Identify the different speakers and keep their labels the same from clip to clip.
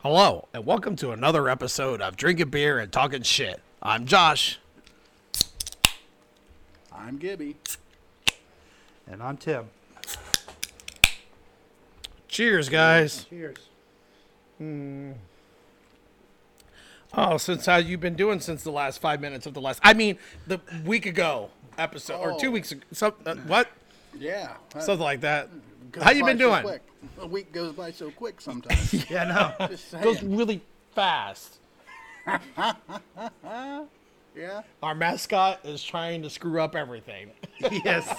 Speaker 1: Hello, and welcome to another episode of Drinking Beer and Talking Shit. I'm Josh.
Speaker 2: I'm Gibby.
Speaker 3: And I'm Tim.
Speaker 1: Cheers, guys. Hmm.
Speaker 3: Cheers.
Speaker 1: Oh, since how you been doing since the last five minutes of the last? I mean, the week ago episode or two
Speaker 2: Oh.
Speaker 1: weeks ago? Some, uh, what?
Speaker 2: Yeah. that
Speaker 1: Something like that.
Speaker 2: goes
Speaker 1: How you
Speaker 2: by
Speaker 1: been
Speaker 2: so
Speaker 1: doing?
Speaker 2: quick. A week goes by so quick sometimes.
Speaker 3: Yeah, no.
Speaker 2: Just
Speaker 1: Goes
Speaker 2: saying.
Speaker 1: really fast.
Speaker 2: Yeah.
Speaker 1: Our mascot is trying to screw up everything.
Speaker 3: yes.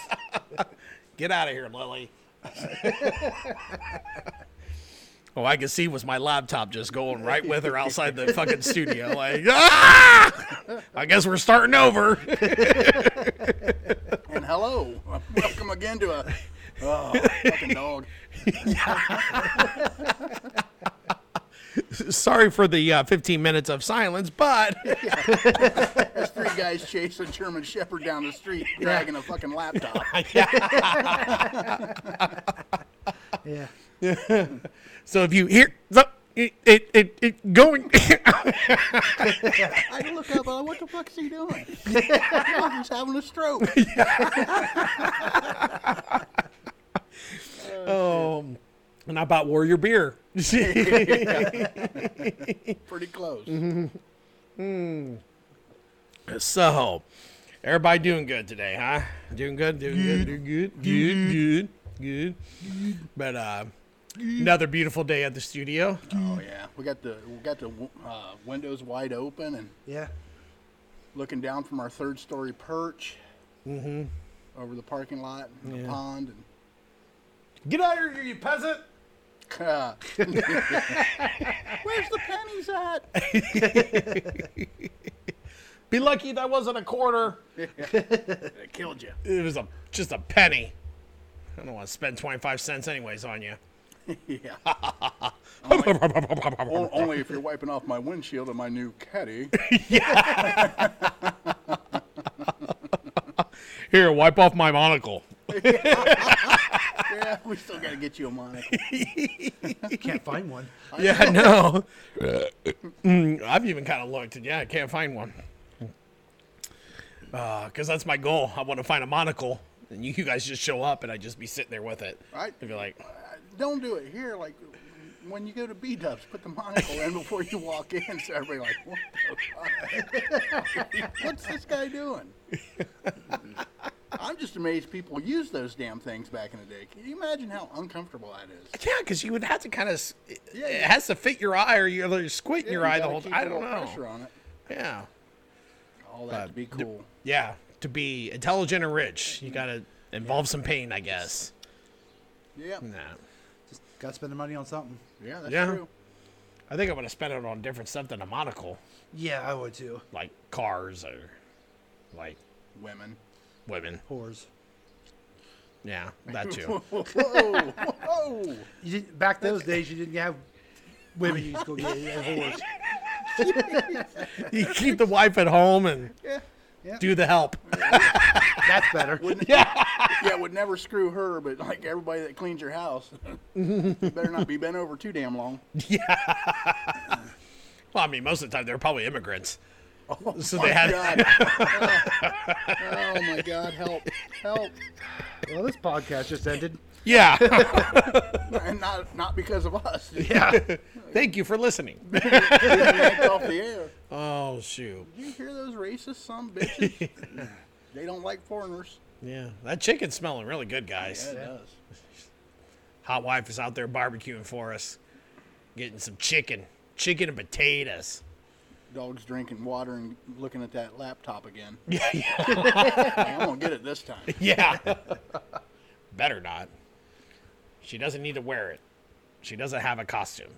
Speaker 1: Get out of here, Lily. oh, I could see was my laptop just going right with her outside the fucking studio. Like, ah! I guess we're starting over.
Speaker 2: And hello. Welcome again to a. Oh, fucking dog.
Speaker 1: Sorry for the uh, 15 minutes of silence, but
Speaker 2: There's three guys chasing a German Shepherd down the street, dragging a fucking laptop.
Speaker 3: Yeah.
Speaker 1: so if you hear so, it, it, it, it going,
Speaker 2: I look up, uh, what the fuck's he doing? He's having a stroke.
Speaker 1: um, and I bought Warrior beer.
Speaker 2: Pretty close.
Speaker 1: Mm-hmm. so, everybody doing good today, huh? Doing good, doing good, doing good, good, good, good. But uh, another beautiful day at the studio.
Speaker 2: Oh yeah, we got the we got the uh, windows wide open and
Speaker 3: Yeah.
Speaker 2: looking down from our third story perch
Speaker 1: Mm-hmm.
Speaker 2: over the parking lot and the pond and
Speaker 1: Get out of here, you peasant!
Speaker 2: Uh, Where's the pennies at?
Speaker 1: Be lucky that wasn't a quarter.
Speaker 2: It killed you.
Speaker 1: It was a just a penny. I don't want to spend 25 cents anyways on you.
Speaker 2: Yeah. O- Only if you're wiping off my windshield and my new caddy.
Speaker 1: Here, wipe off my monocle.
Speaker 2: Yeah, we still got to get you a monocle.
Speaker 3: You can't find one.
Speaker 1: Yeah, I know. Mm, I've even kind of looked, and yeah, I can't find one. Because that's my goal. I want to find a monocle, and you, you guys just show up, and I just be sitting there with it.
Speaker 2: Right.
Speaker 1: And be like,
Speaker 2: Don't do it here. Like when you go to B Dubs, put the monocle in before you walk in. So everybody like, what the fuck? What's this guy doing? I'm just amazed people used those damn things back in the day. Can you imagine how uncomfortable that is?
Speaker 1: yeah, because you would have to kind of.
Speaker 2: Yeah,
Speaker 1: it
Speaker 2: you-
Speaker 1: has to fit your eye, or you're, you're squinting your
Speaker 2: You
Speaker 1: eye the
Speaker 2: gotta
Speaker 1: whole
Speaker 2: keep
Speaker 1: time. I
Speaker 2: a
Speaker 1: don't
Speaker 2: little Pressure
Speaker 1: know.
Speaker 2: on it.
Speaker 1: Yeah.
Speaker 2: All that to be cool.
Speaker 1: Yeah. To be intelligent and rich, you got to involve some pain, I guess.
Speaker 2: Yeah.
Speaker 1: Nah.
Speaker 3: Just got to spend the money on something.
Speaker 2: Yeah, that's
Speaker 1: Mm. Yeah.
Speaker 2: true.
Speaker 1: I think I'm going to spend it on different stuff than a monocle,
Speaker 3: Yeah, I would too.
Speaker 1: like cars or like
Speaker 2: Women.
Speaker 1: women.
Speaker 3: Whores.
Speaker 1: Yeah, that too.
Speaker 2: Whoa, whoa.
Speaker 3: You didn't, back those days, you didn't have women. You just go get yeah, whores.
Speaker 1: you keep the wife at home and
Speaker 2: Yeah.
Speaker 1: do the help.
Speaker 3: That's better.
Speaker 2: Yeah, would never screw her, but like everybody that cleans your house, you better not be bent over too damn long.
Speaker 1: Well, I mean, most of the time they're probably immigrants. so
Speaker 2: My
Speaker 1: they had
Speaker 2: God. oh my God, help, help!
Speaker 3: Well, this podcast just ended.
Speaker 1: Yeah.
Speaker 2: And not not because of us. We
Speaker 3: Yeah.
Speaker 1: Thank you for listening.
Speaker 2: yanked off the air.
Speaker 1: Oh shoot.
Speaker 2: Did you hear those racist some bitches? they don't like foreigners.
Speaker 1: Yeah. That chicken's smelling really good, guys.
Speaker 2: does.
Speaker 1: Hot wife is out there barbecuing for us. Getting some chicken. Chicken and potatoes.
Speaker 2: Dogs drinking water and looking at that laptop again.
Speaker 1: Yeah. Yeah.
Speaker 2: I'm gonna get it this time.
Speaker 1: yeah. Better not. She doesn't need to wear it. She doesn't have a costume.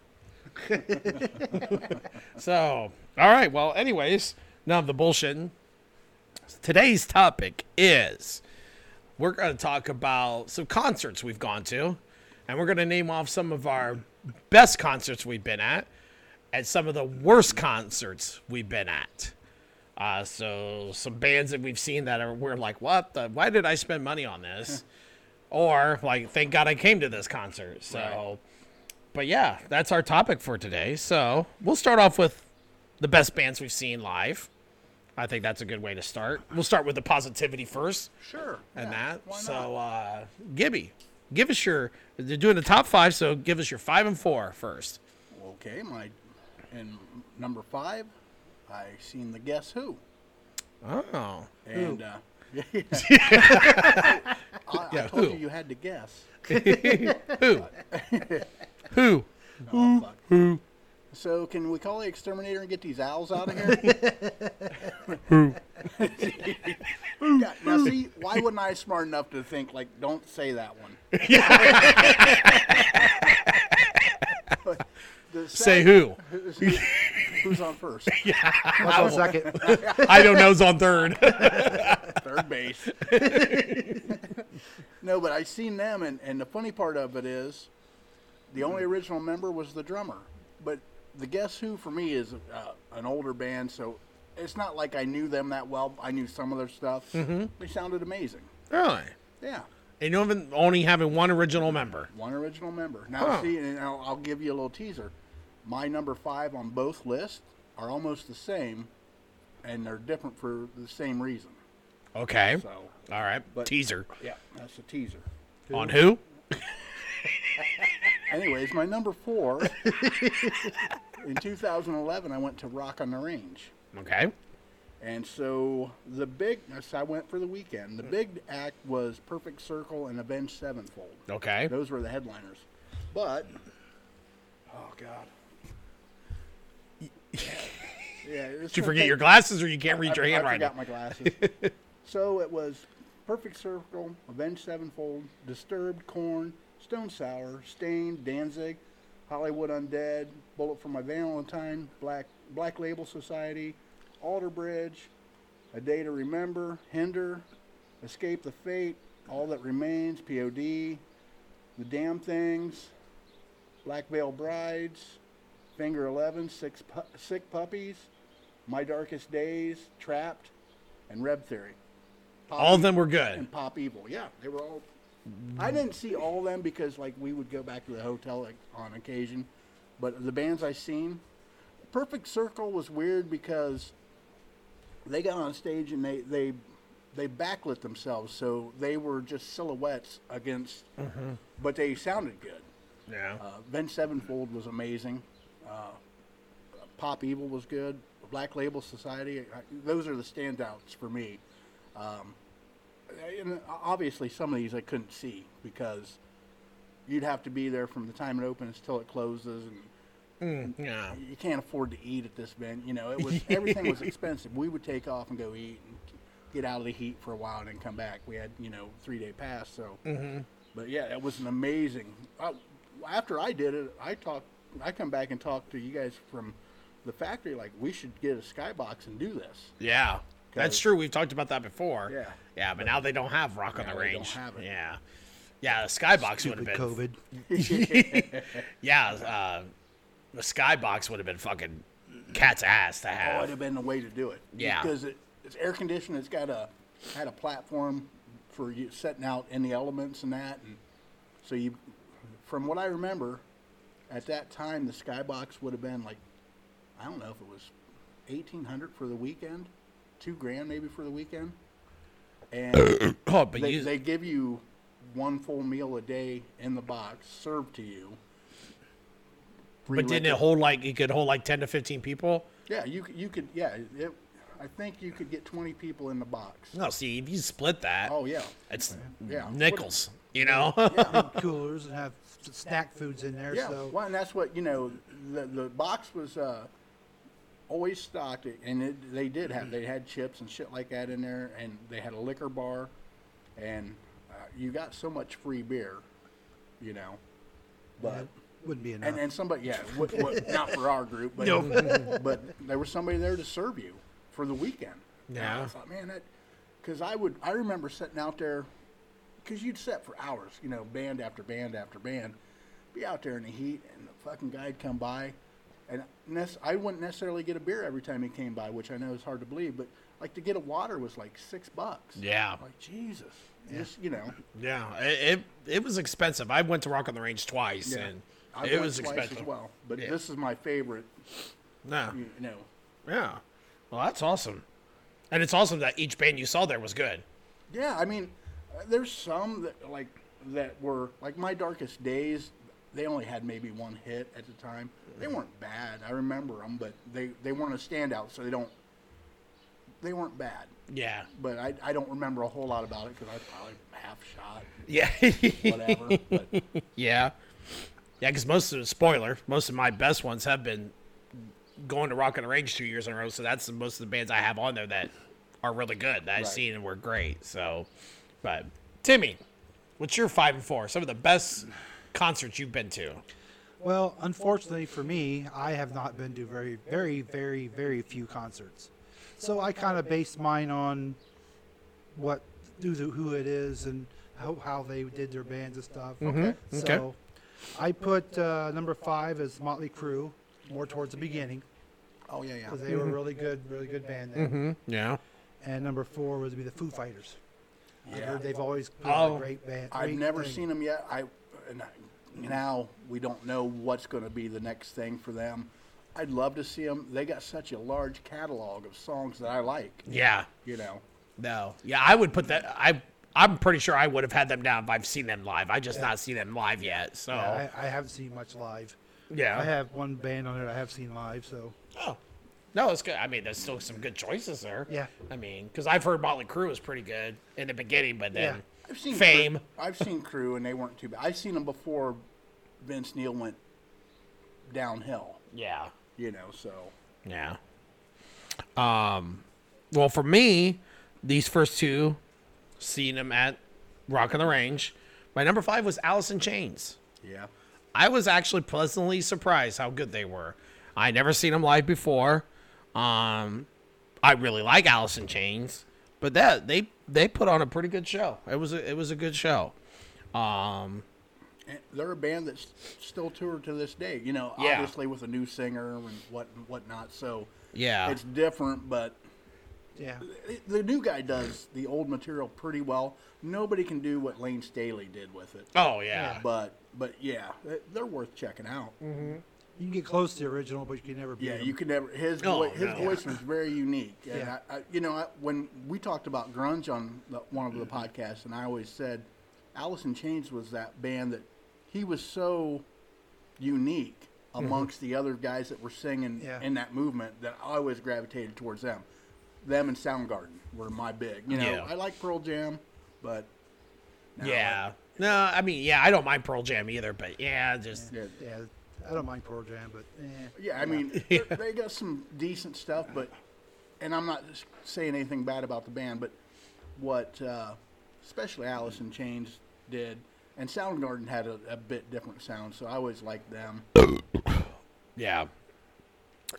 Speaker 1: so, all right. Well, anyways, none of the bullshitting. Today's topic is we're going to talk about some concerts we've gone to, and we're going to name off some of our best concerts we've been at and some of the worst concerts we've been at. Uh, so some bands that we've seen that are we're like, what the? Why did I spend money on this? or like, thank God I came to this concert. So, but yeah, that's our topic for today. So we'll start off with the best bands we've seen live. I think that's a good way to start. We'll start with the positivity first
Speaker 2: Sure.
Speaker 1: and
Speaker 2: yeah,
Speaker 1: that.
Speaker 2: why not?
Speaker 1: So, uh, Gibby, give us your. They're doing the top five, so give us your five and four first.
Speaker 2: Okay, my and number five, I seen the Guess Who,
Speaker 1: Oh,
Speaker 2: and uh, yeah, I, I
Speaker 1: Yeah,
Speaker 2: told
Speaker 1: who?
Speaker 2: you you had to guess.
Speaker 1: who? who?
Speaker 2: Oh, fuck. So can we call the exterminator and get these owls out of here? Who? now see, why wasn't I smart enough to think like, don't say that one? But the
Speaker 1: Say
Speaker 2: sec-
Speaker 1: who?
Speaker 2: Who's, who's on first?
Speaker 3: What's on second?
Speaker 1: I don't know's on third.
Speaker 2: Third base. no, but I seen them, and, and the funny part of it is, the only original member was the drummer. But the Guess Who for me is uh, an older band, so it's not like I knew them that well. I knew some of their stuff. They sounded amazing.
Speaker 1: really?
Speaker 2: Yeah,
Speaker 1: And you haven't only having one original member.
Speaker 2: one original member. Now
Speaker 1: Huh.
Speaker 2: see, and I'll, I'll give you a little teaser. My number five on both lists are almost the same, and they're different for the same reason.
Speaker 1: Okay.
Speaker 2: So
Speaker 1: All right.
Speaker 2: But-
Speaker 1: Teaser
Speaker 2: yeah, that's a teaser.
Speaker 1: on who?
Speaker 2: Anyways, my number four. in 2011, I went to Rock on the Range,
Speaker 1: Okay.
Speaker 2: and so the big. So I went for the weekend. The big act was Perfect Circle and Avenged Sevenfold.
Speaker 1: Okay.
Speaker 2: Those were the headliners. But oh god. Yeah, yeah
Speaker 1: Did you forget your glasses, or you can't read your
Speaker 2: I, I
Speaker 1: handwriting?
Speaker 2: forgot my glasses. so it was Perfect Circle, Avenged Sevenfold, Disturbed, Corn, Stone Sour, Stained, Danzig, Hollywood Undead, Bullet for My Valentine, Black Black Label Society, Alderbridge, A Day to Remember, Hinder, Escape the Fate, All That Remains, POD, The Damn Things, Black Veil Brides, Finger Eleven, Six Pu- Sick Puppies, My Darkest Days, Trapped, and Reb Theory. Pop
Speaker 1: All of
Speaker 2: Evil-
Speaker 1: them were good.
Speaker 2: and Pop Evil. Yeah, they were all. I didn't see all of them because like we would go back to the hotel like, on occasion, but the bands I seen, Perfect Circle was weird because they got on stage and they they they backlit themselves, so they were just silhouettes against, but they sounded good.
Speaker 1: Yeah.
Speaker 2: Uh, ben Sevenfold was amazing. Uh, Pop Evil was good. Black Label Society. I, those are the standouts for me. Um, and obviously, some of these I couldn't see because you'd have to be there from the time it opens till it closes, and
Speaker 1: Yeah.
Speaker 2: you can't afford to eat at this event. You know, it was everything was expensive. We would take off and go eat and get out of the heat for a while and then come back. We had you know three day pass, so. But yeah, it was an amazing. I, after I did it, I talked. I come back and talk to you guys from the factory. Like we should get a skybox and do this.
Speaker 1: Yeah. That's
Speaker 2: 'Cause-
Speaker 1: true. We've talked about that before.
Speaker 2: Yeah.
Speaker 1: Yeah, but now they don't have Rock on
Speaker 2: Now
Speaker 1: the
Speaker 2: they don't
Speaker 1: Range.
Speaker 2: have it.
Speaker 1: Yeah. Yeah, the Skybox would have
Speaker 3: Stupid
Speaker 1: been.
Speaker 3: COVID.
Speaker 1: Yeah, uh, the Skybox would have been fucking cat's ass to
Speaker 2: Oh,
Speaker 1: have.
Speaker 2: it'd have been the way to do it.
Speaker 1: Yeah.
Speaker 2: because it, it's air conditioned. It's got a had a platform for you setting out in the elements and that.
Speaker 1: Mm-hmm.
Speaker 2: And so you, from what I remember, at that time the skybox would have been like, I don't know if it was eighteen hundred for the weekend, two grand maybe for the weekend, and.
Speaker 1: oh, but
Speaker 2: they,
Speaker 1: you,
Speaker 2: they give you one full meal a day in the box served to you.
Speaker 1: but didn't it hold like it could hold like ten to fifteen people?
Speaker 2: Yeah, you c- you could yeah. It, I think you could get twenty people in the box.
Speaker 1: No, see if you split that,
Speaker 2: Oh yeah,
Speaker 1: it's
Speaker 2: Yeah.
Speaker 1: nickels. You know,
Speaker 3: Coolers and have s- snack foods in there.
Speaker 2: yeah.
Speaker 3: So
Speaker 2: Well, and that's what you know. The the box was uh, always stocked, and it, they did have they had chips and shit like that in there, and they had a liquor bar, and uh, you got so much free beer, you know. But
Speaker 3: that wouldn't be enough.
Speaker 2: And and somebody, yeah, what, what, not for our group, but but there was somebody there to serve you for the weekend. And
Speaker 1: Yeah.
Speaker 2: I thought, man, that because I would I remember sitting out there because you'd set for hours, you know, band after band after band, be out there in the heat, and the fucking guy'd come by, and nec- I wouldn't necessarily get a beer every time he came by, which I know is hard to believe, but like to get a water was like six bucks.
Speaker 1: Yeah.
Speaker 2: like Jesus, just you know.
Speaker 1: yeah, it, it it was expensive. I went to Rock on the Range twice,
Speaker 2: Yeah.
Speaker 1: and
Speaker 2: I
Speaker 1: It
Speaker 2: went
Speaker 1: was
Speaker 2: twice
Speaker 1: expensive.
Speaker 2: as well, Mm. but
Speaker 1: Yeah.
Speaker 2: this is my favorite.
Speaker 1: No.
Speaker 2: You know,
Speaker 1: Yeah. Well, that's awesome. And it's awesome that each band you saw there was good.
Speaker 2: yeah. I mean, uh, there's some that like that were like my darkest days. They only had maybe one hit at the time. They weren't bad. I remember them, but they they weren't a standout, so they don't. They weren't bad,
Speaker 1: Yeah.
Speaker 2: but I, I don't remember a whole lot about it because I was probably half shot,
Speaker 1: Yeah.
Speaker 2: whatever. but
Speaker 1: yeah. Yeah, because most of the spoiler, most of my best ones have been going to Rock and Range two years in a row. So that's the, most of the bands I have on there that are really good that I've
Speaker 2: Right.
Speaker 1: seen and were great. So, but Timmy, what's your five and four? Some of the best concerts you've been to.
Speaker 3: Well, unfortunately for me, I have not been to very, very, very, very few concerts. So I kind of base mine on what, who, the- who it is and how, how they did their bands and stuff.
Speaker 2: Okay.
Speaker 3: So I put uh, number five as Motley Crue, more towards the beginning,
Speaker 2: oh yeah, yeah.
Speaker 3: because they were really good, really good band there.
Speaker 1: Yeah.
Speaker 3: And number four would be the Foo Fighters. I
Speaker 2: Yeah.
Speaker 3: heard they've always put out
Speaker 1: Oh.
Speaker 3: a great band.
Speaker 2: I've
Speaker 3: great
Speaker 2: never
Speaker 3: thing.
Speaker 2: seen them yet. I and I, now we don't know what's going to be the next thing for them. I'd love to see them. They got such a large catalog of songs that I like.
Speaker 1: Yeah.
Speaker 2: You know,
Speaker 1: No. Yeah, I would put that. I I'm pretty sure I would have had them down if I've seen them live. I just not seen them live yet. So yeah.
Speaker 3: I, I haven't seen much live. I have one band on it I have seen live, so
Speaker 1: Oh. No, it's good. I mean, there's still some good choices there.
Speaker 3: Yeah.
Speaker 1: I mean, because I've heard Motley Crue was pretty good in the beginning, but then
Speaker 2: I've seen Crew-
Speaker 1: Fame.
Speaker 2: I've seen Crew, and they weren't too bad. I've seen them before Vince Neil went downhill.
Speaker 1: yeah,
Speaker 2: You know, so
Speaker 1: yeah. Um, well, for me, these first two, seeing them at Rock on the Range, my number five was Alice in Chains.
Speaker 2: yeah.
Speaker 1: I was actually pleasantly surprised how good they were. I never seen them live before. Um, I really like Alice in Chains, but that they they put on a pretty good show. It was a, it was a good show. Um,
Speaker 2: And they're a band that's still toured to this day. You know,
Speaker 1: Yeah.
Speaker 2: obviously with a new singer and what whatnot. So
Speaker 1: yeah,
Speaker 2: it's different, but
Speaker 3: yeah.
Speaker 2: The new guy does the old material pretty well. Nobody can do what Lane Staley did with it.
Speaker 1: oh yeah,
Speaker 2: But but yeah, they're worth checking out.
Speaker 3: You can get close to the original, but you can never beat
Speaker 2: Yeah,
Speaker 3: 'em.
Speaker 2: you could never his
Speaker 1: Oh,
Speaker 2: voi- his
Speaker 1: no.
Speaker 2: voice was very unique. And
Speaker 3: Yeah.
Speaker 2: I, I, you know, I, when we talked about grunge on the, one of the podcasts, and I always said, Alice in Chains was that band that he was so unique amongst the other guys that were singing
Speaker 3: Yeah.
Speaker 2: in that movement that I always gravitated towards them. Them and Soundgarden were my big. You know,
Speaker 1: Yeah.
Speaker 2: I like Pearl Jam, but no,
Speaker 1: yeah. No, I mean yeah, I don't mind Pearl Jam either, but yeah, just
Speaker 2: yeah,
Speaker 3: Yeah, I don't mind Pearl Jam, but eh.
Speaker 2: Yeah, I mean, they're- they got some decent stuff, but, and I'm not s- saying anything bad about the band, but what, uh, especially Alice in Chains did, and Soundgarden had a, a bit different sound, so I always liked them.
Speaker 1: Yeah.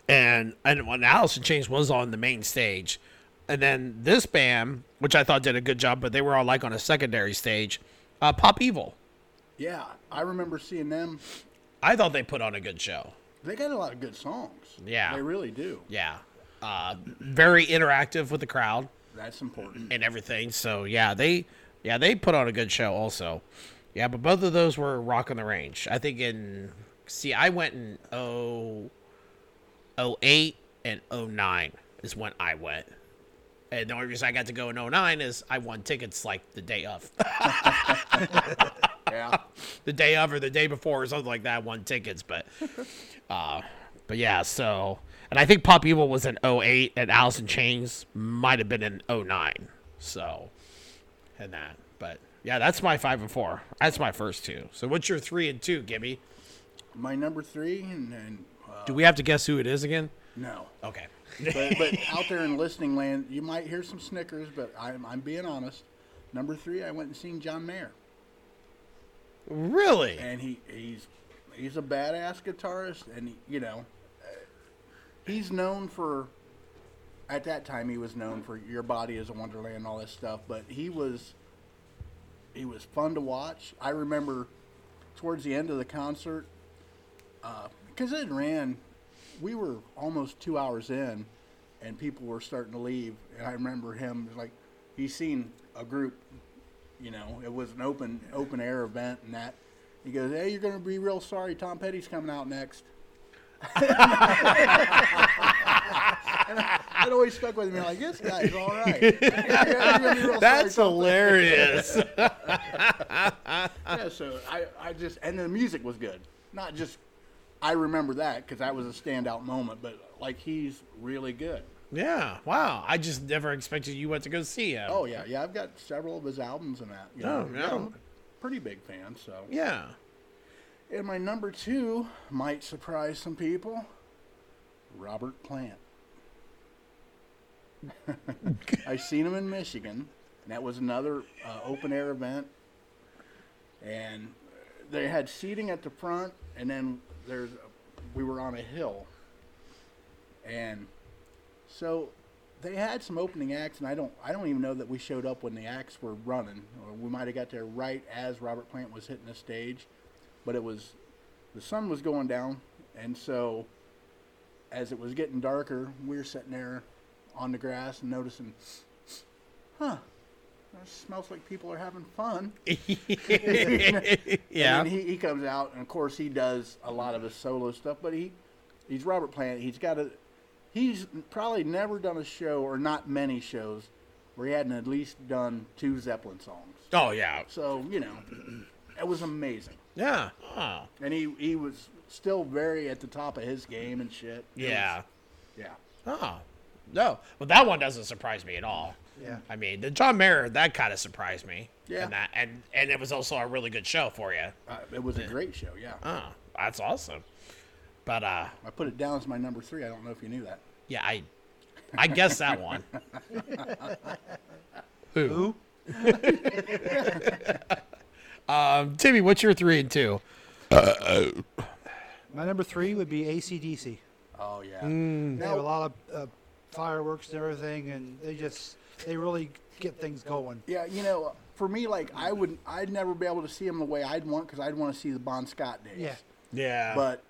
Speaker 1: And and when Alice in Chains was on the main stage, and then this band, which I thought did a good job, but they were all like on a secondary stage, uh, Pop Evil.
Speaker 2: Yeah, I remember seeing them.
Speaker 1: I thought they put on a good show.
Speaker 2: They got a lot of good songs.
Speaker 1: Yeah.
Speaker 2: they really do.
Speaker 1: Yeah. Uh, very interactive with the crowd
Speaker 2: That's important.
Speaker 1: and everything. So yeah, they yeah, they put on a good show also. Yeah, but both of those were rocking the range. I think in see I went in oh oh eight and oh nine is when I went. And the only reason I got to go in oh nine is I won tickets like the day of.
Speaker 2: Yeah,
Speaker 1: the day of or the day before or something like that won tickets but uh but yeah so and i think pop evil was in 08 and alice in chains might have been in 09 so and that but yeah that's my five and four that's my first two so what's your three and two gibby
Speaker 2: my number three, and, and uh,
Speaker 1: do we have to guess who it is again
Speaker 2: no,
Speaker 1: okay
Speaker 2: but, but out there in listening land, you might hear some snickers, but I'm I'm being honest. Number three, I went and seen John Mayer.
Speaker 1: really
Speaker 2: and he he's he's a badass guitarist, and he, you know uh, he's known for. At that time, he was known for "Your Body Is a Wonderland" and all this stuff, but he was he was fun to watch. I remember towards the end of the concert because it ran. We were almost two hours in, and people were starting to leave. And I remember him like he seen a group you know it was an open open air event and that He goes, "Hey, you're going to be real sorry. Tom Petty's coming out next." and I, it always stuck with me. Like this guy's all right. You're gonna be real
Speaker 1: That's
Speaker 2: sorry, Tom
Speaker 1: hilarious.
Speaker 2: yeah, so I, I just and the music was good. Not just I remember that because that was a standout moment, but like he's really good.
Speaker 1: yeah. Wow. I just never expected you went to go see him.
Speaker 2: Oh yeah, yeah. I've got several of his albums and that. You
Speaker 1: Oh,
Speaker 2: know,
Speaker 1: yeah.
Speaker 2: I'm a pretty big fan. So
Speaker 1: Yeah.
Speaker 2: and my number two might surprise some people. Robert Plant. I seen him in Michigan, and that was another uh, open air event. And they had seating at the front, and then there's we were on a hill, and so they had some opening acts, and I don't I don't even know that we showed up when the acts were running, or we might have got there right as Robert Plant was hitting the stage, but it was the sun was going down, and so as it was getting darker, we were sitting there on the grass and noticing, huh, that smells like people are having fun.
Speaker 1: yeah.
Speaker 2: And then he, he comes out, and of course he does a lot of his solo stuff. But he, he's Robert Plant. He's got a, he's probably never done a show or not many shows where he hadn't at least done two Zeppelin songs.
Speaker 1: oh yeah.
Speaker 2: So you know, it was amazing.
Speaker 1: Yeah. Oh,
Speaker 2: And he he was still very at the top of his game and shit. It was-
Speaker 1: yeah.
Speaker 2: yeah.
Speaker 1: Oh. No. Well, that one doesn't surprise me at all.
Speaker 3: Yeah.
Speaker 1: I mean, the John Mayer that kind of surprised me.
Speaker 2: Yeah.
Speaker 1: And that and and it was also a really good show for you.
Speaker 2: Uh, it was a great show. Yeah.
Speaker 1: Oh, that's awesome. But uh,
Speaker 2: I put it down as my number three. I don't know if you knew that.
Speaker 1: yeah, I I guess that one.
Speaker 3: Who?
Speaker 1: Um, Timmy, what's your three and two?
Speaker 3: My number three would be ACDC.
Speaker 2: Oh yeah.
Speaker 3: They have a lot of uh, fireworks and everything, and they just they really get things going.
Speaker 2: Yeah, you know, for me, like I would, I'd never be able to see him the way I'd want because I'd want to see the Bon Scott days.
Speaker 3: Yeah.
Speaker 1: Yeah.
Speaker 2: But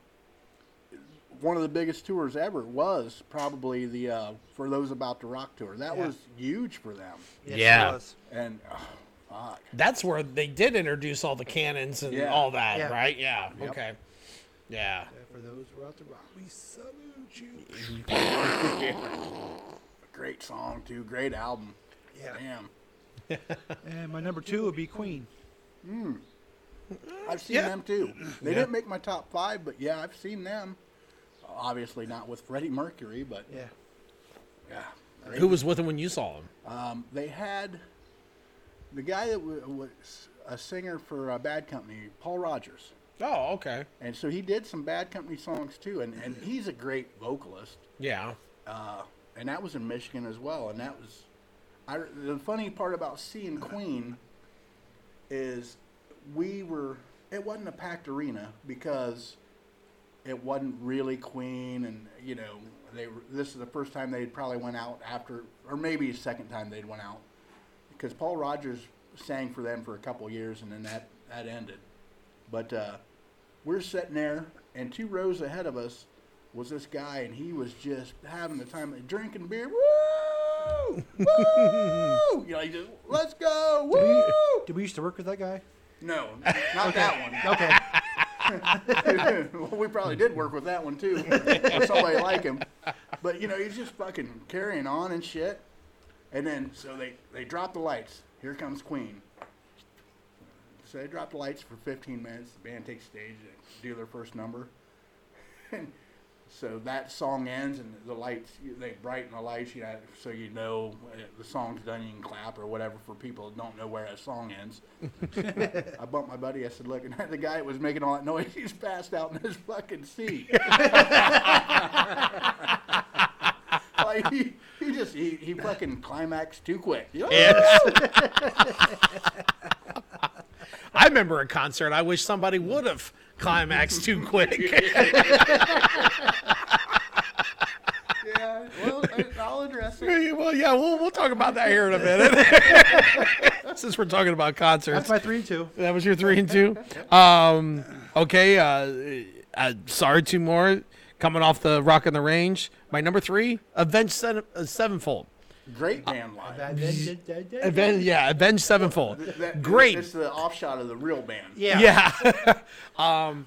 Speaker 2: one of the biggest tours ever was probably the uh, for those about to rock tour. That
Speaker 3: Yeah.
Speaker 2: was huge for them,
Speaker 3: Yes, it
Speaker 1: Yeah.
Speaker 3: was.
Speaker 2: and oh, fuck,
Speaker 1: that's where they did introduce all the cannons and
Speaker 2: Yeah.
Speaker 1: all that,
Speaker 3: Yeah.
Speaker 1: right? Yeah.
Speaker 2: Yep.
Speaker 1: Okay. Yeah.
Speaker 3: And For those who are out to rock, we salute you.
Speaker 2: great song too, great album.
Speaker 3: Yeah.
Speaker 2: Damn,
Speaker 3: And my number two would be Queen.
Speaker 2: I've seen
Speaker 1: Yeah.
Speaker 2: them too. They didn't make my top five, but yeah, I've seen them. Obviously not with Freddie Mercury, but
Speaker 3: Yeah.
Speaker 2: yeah. great
Speaker 1: Who was with him when you saw him?
Speaker 2: Um, they had the guy that w- was a singer for uh, Bad Company, Paul Rogers,
Speaker 1: Oh, okay.
Speaker 2: and so he did some Bad Company songs too, and, and he's a great vocalist.
Speaker 1: Yeah.
Speaker 2: Uh, and that was in Michigan as well, and that was I, the funny part about seeing Queen is we were it wasn't a packed arena because it wasn't really Queen, and you know they were, this is the first time they probably went out after, or maybe the second time they'd went out because Paul Rogers sang for them for a couple years, and then that that ended. But uh, we're sitting there, and two rows ahead of us was this guy, and he was just having the time of drinking beer. Woo! Woo! you know, he just, let's go! Woo!
Speaker 3: Did we used to work with that guy?
Speaker 2: No, not that one.
Speaker 3: Okay.
Speaker 2: well, we probably did work with that one too, or somebody like him. But you know, he's just fucking carrying on and shit. And then so they they drop the lights. Here comes Queen. So they drop the lights for 15 minutes. The band takes stage and do their first number. And so that song ends, and the lights they brighten the lights. You know, so you know uh, the song's done. You can clap or whatever for people that don't know where that song ends. I bumped my buddy. I said, "Look," and the guy that was making all that noise, he's passed out in his fucking seat. like he, he just he, he fucking climaxed too quick.
Speaker 1: I remember a concert. I wish somebody would have climaxed too quick.
Speaker 2: Yeah. Well, I- I'll address it.
Speaker 1: well, yeah, we'll, we'll talk about that here in a minute. Since we're talking about concerts,
Speaker 3: That's my three and two.
Speaker 1: that was your three and two. Um, okay, uh, uh, sorry, two more coming off the Rock on the Range. My number three, Avenged Seven, uh, Sevenfold.
Speaker 2: Great band live.
Speaker 1: Aven- yeah, Avenged Sevenfold.
Speaker 2: Th- that-
Speaker 1: Great.
Speaker 2: It's the offshot of the real band.
Speaker 3: Yeah,
Speaker 1: Yeah,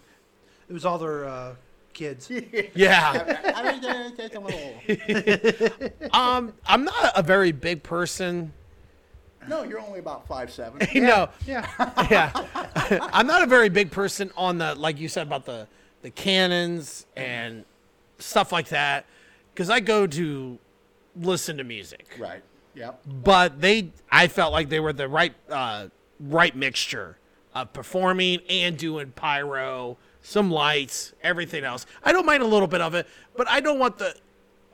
Speaker 3: It was all their uh, kids.
Speaker 1: yeah.
Speaker 2: I mean, they- they take a little-
Speaker 1: Um, I'm not a very big person.
Speaker 2: no, you're only about five seven.
Speaker 1: You know,
Speaker 3: Yeah.
Speaker 1: yeah. I'm not a very big person on the like you said about the the cannons and stuff like that because I go to listen to music.
Speaker 2: Right. Yep.
Speaker 1: But they, I felt like they were the right uh, right mixture of performing and doing pyro, some lights, everything else. I don't mind a little bit of it, but I don't want the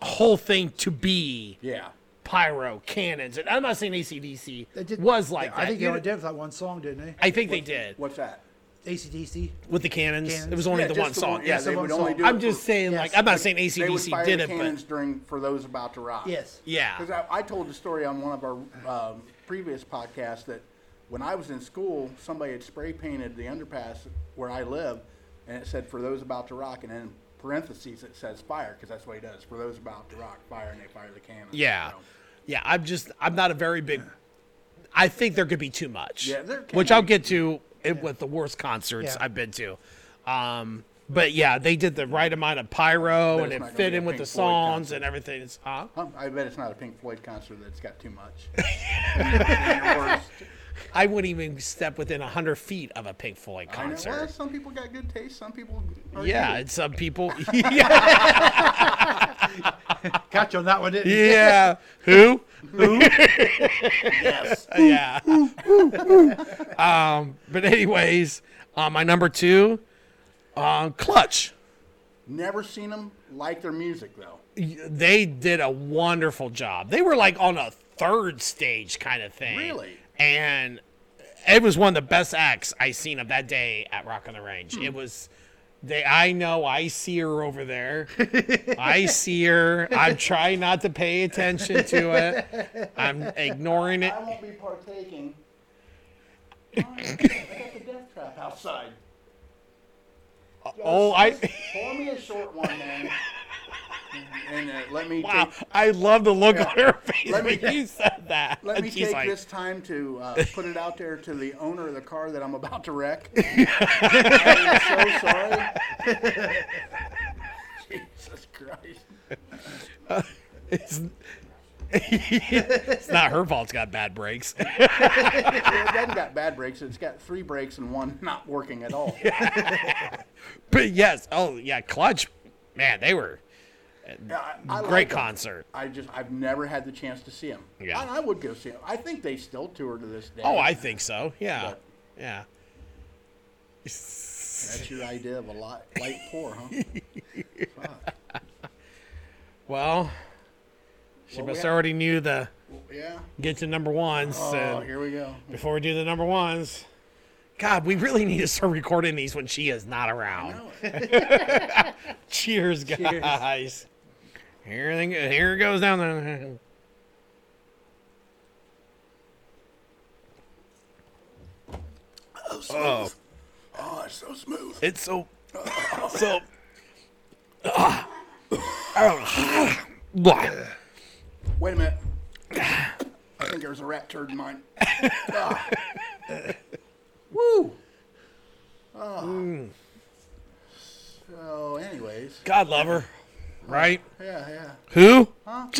Speaker 1: whole thing to be
Speaker 2: Yeah.
Speaker 1: pyro cannons. And I'm not saying ACDC
Speaker 3: They did-
Speaker 1: was like that.
Speaker 3: I think they
Speaker 1: You
Speaker 3: only
Speaker 1: know-
Speaker 3: did it with that one song, didn't
Speaker 1: I think they did
Speaker 2: What's that?
Speaker 3: they? ACDC.
Speaker 1: with the cannons.
Speaker 3: Cannons.
Speaker 1: It was only
Speaker 2: Yeah,
Speaker 1: the
Speaker 2: just
Speaker 1: one
Speaker 2: the
Speaker 1: song.
Speaker 2: one- yeah,
Speaker 1: yes,
Speaker 2: they
Speaker 3: the
Speaker 2: would
Speaker 3: one
Speaker 2: only
Speaker 3: song.
Speaker 2: do it
Speaker 1: I'm just
Speaker 2: for-
Speaker 1: saying.
Speaker 3: Yes.
Speaker 1: Like I'm not saying
Speaker 2: They would fire
Speaker 1: ACDC did
Speaker 2: the
Speaker 1: it,
Speaker 2: cannons
Speaker 1: but
Speaker 2: during for those about to rock.
Speaker 3: Yes.
Speaker 1: yeah,
Speaker 2: Because I, I told the story on one of our um, previous podcasts that when I was in school, somebody had spray painted the underpass where I live, and it said "For those about to rock," and in parentheses it says "Fire" because that's what he does. For those about to rock, fire, and they fire the cannon.
Speaker 1: yeah,
Speaker 2: So,
Speaker 1: yeah. I'm just I'm not a very big. I think there could be too much.
Speaker 2: Yeah, there can
Speaker 1: which
Speaker 2: be.
Speaker 1: I'll get to it with the worst concerts
Speaker 3: Yeah.
Speaker 1: I've been to. Um, but yeah, they did the right amount of pyro
Speaker 2: But
Speaker 1: and
Speaker 2: it's
Speaker 1: it
Speaker 2: not gonna
Speaker 1: fit
Speaker 2: be a
Speaker 1: in with the
Speaker 2: Pink Floyd
Speaker 1: songs
Speaker 2: concert.
Speaker 1: and everything. It's, huh?
Speaker 2: Um, I bet it's not a Pink Floyd concert that's got too much. And you're- and you're worse.
Speaker 1: I wouldn't even step within hundred feet of a Pink Floyd
Speaker 2: I know.
Speaker 1: concert.
Speaker 2: Well, some people got good taste. Some people. Are
Speaker 1: Yeah,
Speaker 2: good.
Speaker 1: and some people. yeah,
Speaker 3: Got you on that one, didn't you?
Speaker 1: yeah. Who?
Speaker 2: Yes.
Speaker 1: yeah. um, but anyways, uh, my number two, um, Clutch.
Speaker 2: Never seen them like their music though.
Speaker 1: They did a wonderful job. They were like on a third stage kind of thing.
Speaker 2: Really?
Speaker 1: And it was one of the best acts I seen of that day at Rock on the Range. It was. They, I know I see her over there. I see her. I'm trying not to pay attention to it. I'm ignoring it.
Speaker 2: I won't be partaking. Oh, I got the death trap outside.
Speaker 1: Oh, I.
Speaker 2: Pour me a short one, man. And uh, let me
Speaker 1: Wow,
Speaker 2: take,
Speaker 1: I love the look on her face
Speaker 2: Let me-
Speaker 1: when you said that.
Speaker 2: let me
Speaker 1: She's
Speaker 2: take
Speaker 1: like,
Speaker 2: this time to uh, put it out there to the owner of the car that I'm about to wreck. I'm so sorry. Jesus Christ.
Speaker 1: It's, it's not her fault. It's got bad brakes.
Speaker 2: Yeah, It hasn't got bad brakes. It's got three brakes and one not working at all.
Speaker 1: But yes, oh yeah, clutch. Man, they were
Speaker 2: Yeah, Uh, I, I
Speaker 1: great
Speaker 2: like 'em.
Speaker 1: concert.
Speaker 2: I just I've never had the chance to see him.
Speaker 1: Yeah.
Speaker 2: I, I would go see him. I think they still tour to this day.
Speaker 1: Oh, I think so. Yeah,
Speaker 2: But-
Speaker 1: yeah.
Speaker 2: That's your idea of a light, light pour, huh?
Speaker 1: Well, she
Speaker 2: Well, we
Speaker 1: must
Speaker 2: have-
Speaker 1: already knew the
Speaker 2: yeah.
Speaker 1: get to number ones.
Speaker 2: Oh,
Speaker 1: and-
Speaker 2: here we go.
Speaker 1: before we do the number ones. God, we really need to start recording these when she is not around. Cheers, guys. Here, they go- here it goes down there.
Speaker 2: Oh, oh. oh, it's so smooth.
Speaker 1: It's so, so. ah,
Speaker 2: Wait a minute. I think there's a rat turd in mine. Ah. Woo. Oh. So, anyways,
Speaker 1: God love her, right?
Speaker 2: yeah, yeah.
Speaker 1: Who?
Speaker 2: Well,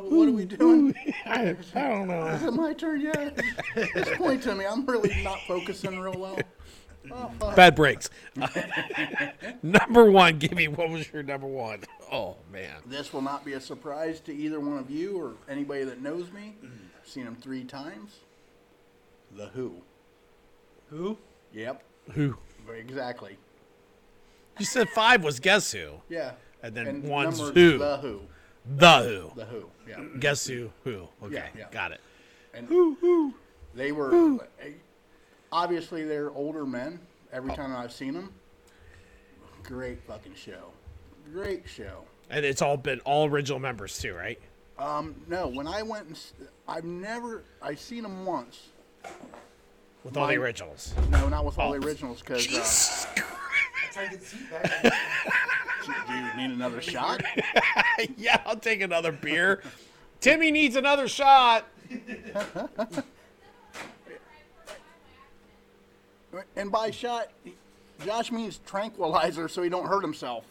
Speaker 2: what are we doing?
Speaker 1: I, I don't know.
Speaker 2: Is it my turn yet? Just point to me. I'm really not focusing real well. Oh, fuck.
Speaker 1: Bad breaks. number one, give me what was your number one? Oh man.
Speaker 2: This will not be a surprise to either one of you or anybody that knows me. I've seen them three times. The Who.
Speaker 3: Who?
Speaker 2: Yep,
Speaker 1: Who?
Speaker 2: exactly.
Speaker 1: You said five was guess who?
Speaker 2: Yeah.
Speaker 1: And then
Speaker 2: the
Speaker 1: one's
Speaker 2: number
Speaker 1: Who.
Speaker 2: The Who.
Speaker 1: The who.
Speaker 2: The Who. Yeah.
Speaker 1: Guess who? Who? Okay,
Speaker 2: Yeah, yeah.
Speaker 1: got it.
Speaker 2: And They were eh, obviously they're older men. Every time I've seen them, great fucking show. Great show.
Speaker 1: And it's all been all original members too, right?
Speaker 2: Um, no, when I went, and, s- I've never. I've seen them once.
Speaker 1: With all the
Speaker 2: Mine-
Speaker 1: originals.
Speaker 2: No, not with all the originals because. Uh,
Speaker 1: Jesus Christ.
Speaker 2: Dude, you need another shot?
Speaker 1: yeah, I'll take another beer. Timmy needs another shot.
Speaker 2: And by shot, Josh means tranquilizer so he don't hurt himself.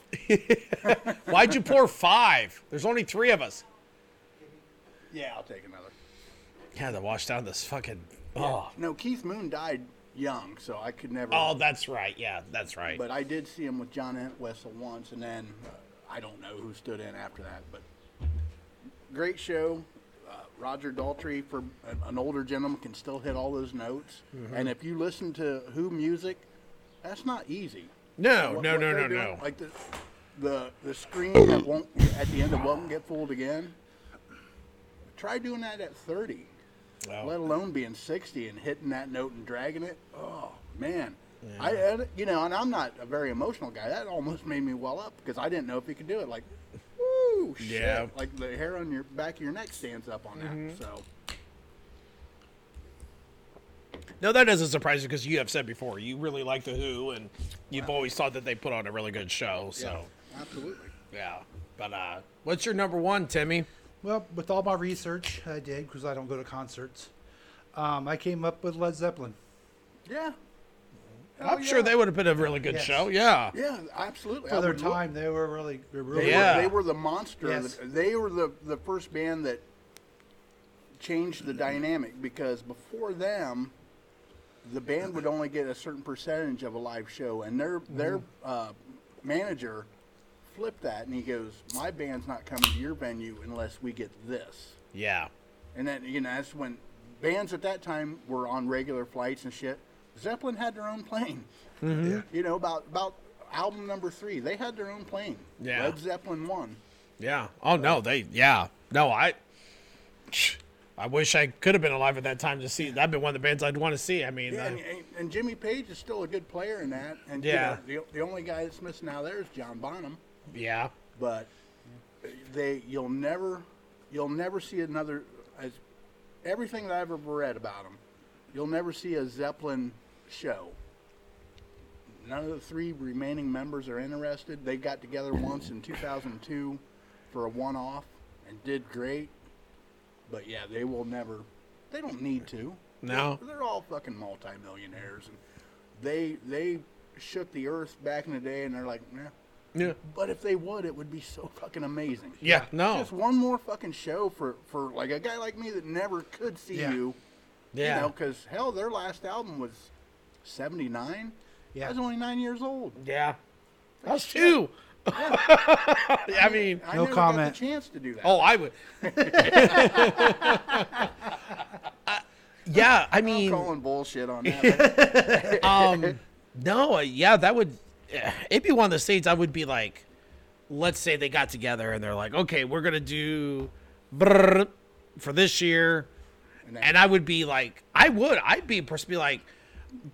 Speaker 1: Why'd you pour five? There's only three of us.
Speaker 2: Yeah, I'll take another.
Speaker 1: Yeah, to wash down this fucking. Oh,
Speaker 2: No, Keith Moon died young, so I could never.
Speaker 1: oh, that's right. Yeah, that's right.
Speaker 2: But I did see him with John Entwistle once, and then uh, I don't know who stood in after that. But great show. Uh, Roger Daltrey, for an, an older gentleman, can still hit all those notes.
Speaker 1: Mm-hmm.
Speaker 2: And if you listen to Who music, that's not easy.
Speaker 1: no,
Speaker 2: What-
Speaker 1: no,
Speaker 2: what
Speaker 1: no, no,
Speaker 2: they're doing,
Speaker 1: no.
Speaker 2: Like the the the screen that won't at the end of won't get fooled again. Try doing that at thirty,
Speaker 1: Oh.
Speaker 2: let alone being sixty and hitting that note and dragging it. Oh man, I I you know, and I'm not a very emotional guy. That almost made me well up because I didn't know if you could do it. Like, woo, shit.
Speaker 1: Yeah. Mm-hmm.
Speaker 2: Like the hair on your back of your neck stands up on that. So
Speaker 1: No, that doesn't surprise you because you have said before you really like the Who, and you've always thought that they put on a really good show. So
Speaker 2: absolutely.
Speaker 1: yeah, but uh, what's your number one, Timmy?
Speaker 3: Well, with all my research I did, because I don't go to concerts, um, I came up with Led Zeppelin.
Speaker 2: Yeah. Oh,
Speaker 1: I'm sure they would have been a really good
Speaker 3: Yes.
Speaker 1: show. Yeah.
Speaker 2: Yeah, absolutely. I
Speaker 3: For their
Speaker 2: would look-
Speaker 3: time, they were really, they were really
Speaker 2: They,
Speaker 1: Yeah.
Speaker 2: were, they were the monster. of
Speaker 3: Yes.
Speaker 2: the- They were the, the first band that changed the dynamic because before them, the band would only get a certain percentage of a live show, and their their uh, manager flipped that, and he goes, "My band's not coming to your venue unless we get this."
Speaker 1: Yeah.
Speaker 2: And then you know that's when bands at that time were on regular flights and shit. Zeppelin had their own plane.
Speaker 1: Mm-hmm.
Speaker 2: You know about about album number three, they had their own plane.
Speaker 1: Yeah.
Speaker 2: Led Zeppelin one.
Speaker 1: Yeah. Oh no, they. Yeah. No, I. I wish I could have been alive at that time to see. That'd been one of the bands I'd want to see. I mean, uh,
Speaker 2: Yeah,
Speaker 1: I-
Speaker 2: and, and, and Jimmy Page is still a good player in that. And
Speaker 1: Yeah.
Speaker 2: you know, the, the only guy that's missing out there is John Bonham.
Speaker 1: yeah.
Speaker 2: But they, you'll never, you'll never see another. As everything that I've ever read about him, you'll never see a Zeppelin show. None of the three remaining members are interested. They got together once in 2002 for a one-off and did great. But yeah, they will never. They don't need to.
Speaker 1: No.
Speaker 2: They're all fucking multimillionaires, and they they shook the earth back in the day, and they're like, nah.
Speaker 1: Yeah.
Speaker 2: But if they would, it would be so fucking amazing.
Speaker 1: Yeah. No.
Speaker 2: Just one more fucking show for for like a guy like me that never could see
Speaker 3: Yeah.
Speaker 2: you.
Speaker 1: Yeah.
Speaker 2: You know, because hell, their last album was seventy nine.
Speaker 3: Yeah.
Speaker 2: I was only nine years old.
Speaker 1: yeah. That's two. I mean.
Speaker 2: I
Speaker 3: No
Speaker 2: never
Speaker 3: comment.
Speaker 2: Got the chance to do that.
Speaker 1: Oh, I would. I- yeah, I
Speaker 2: I'm
Speaker 1: mean,
Speaker 2: calling bullshit on that. but
Speaker 1: um, no, uh, yeah, that would. eh, It'd be one of the states I would be like, let's say they got together and they're like, okay, we're gonna do brrr for this year,
Speaker 2: And
Speaker 1: and I would be like, I would, I'd be pers- be like,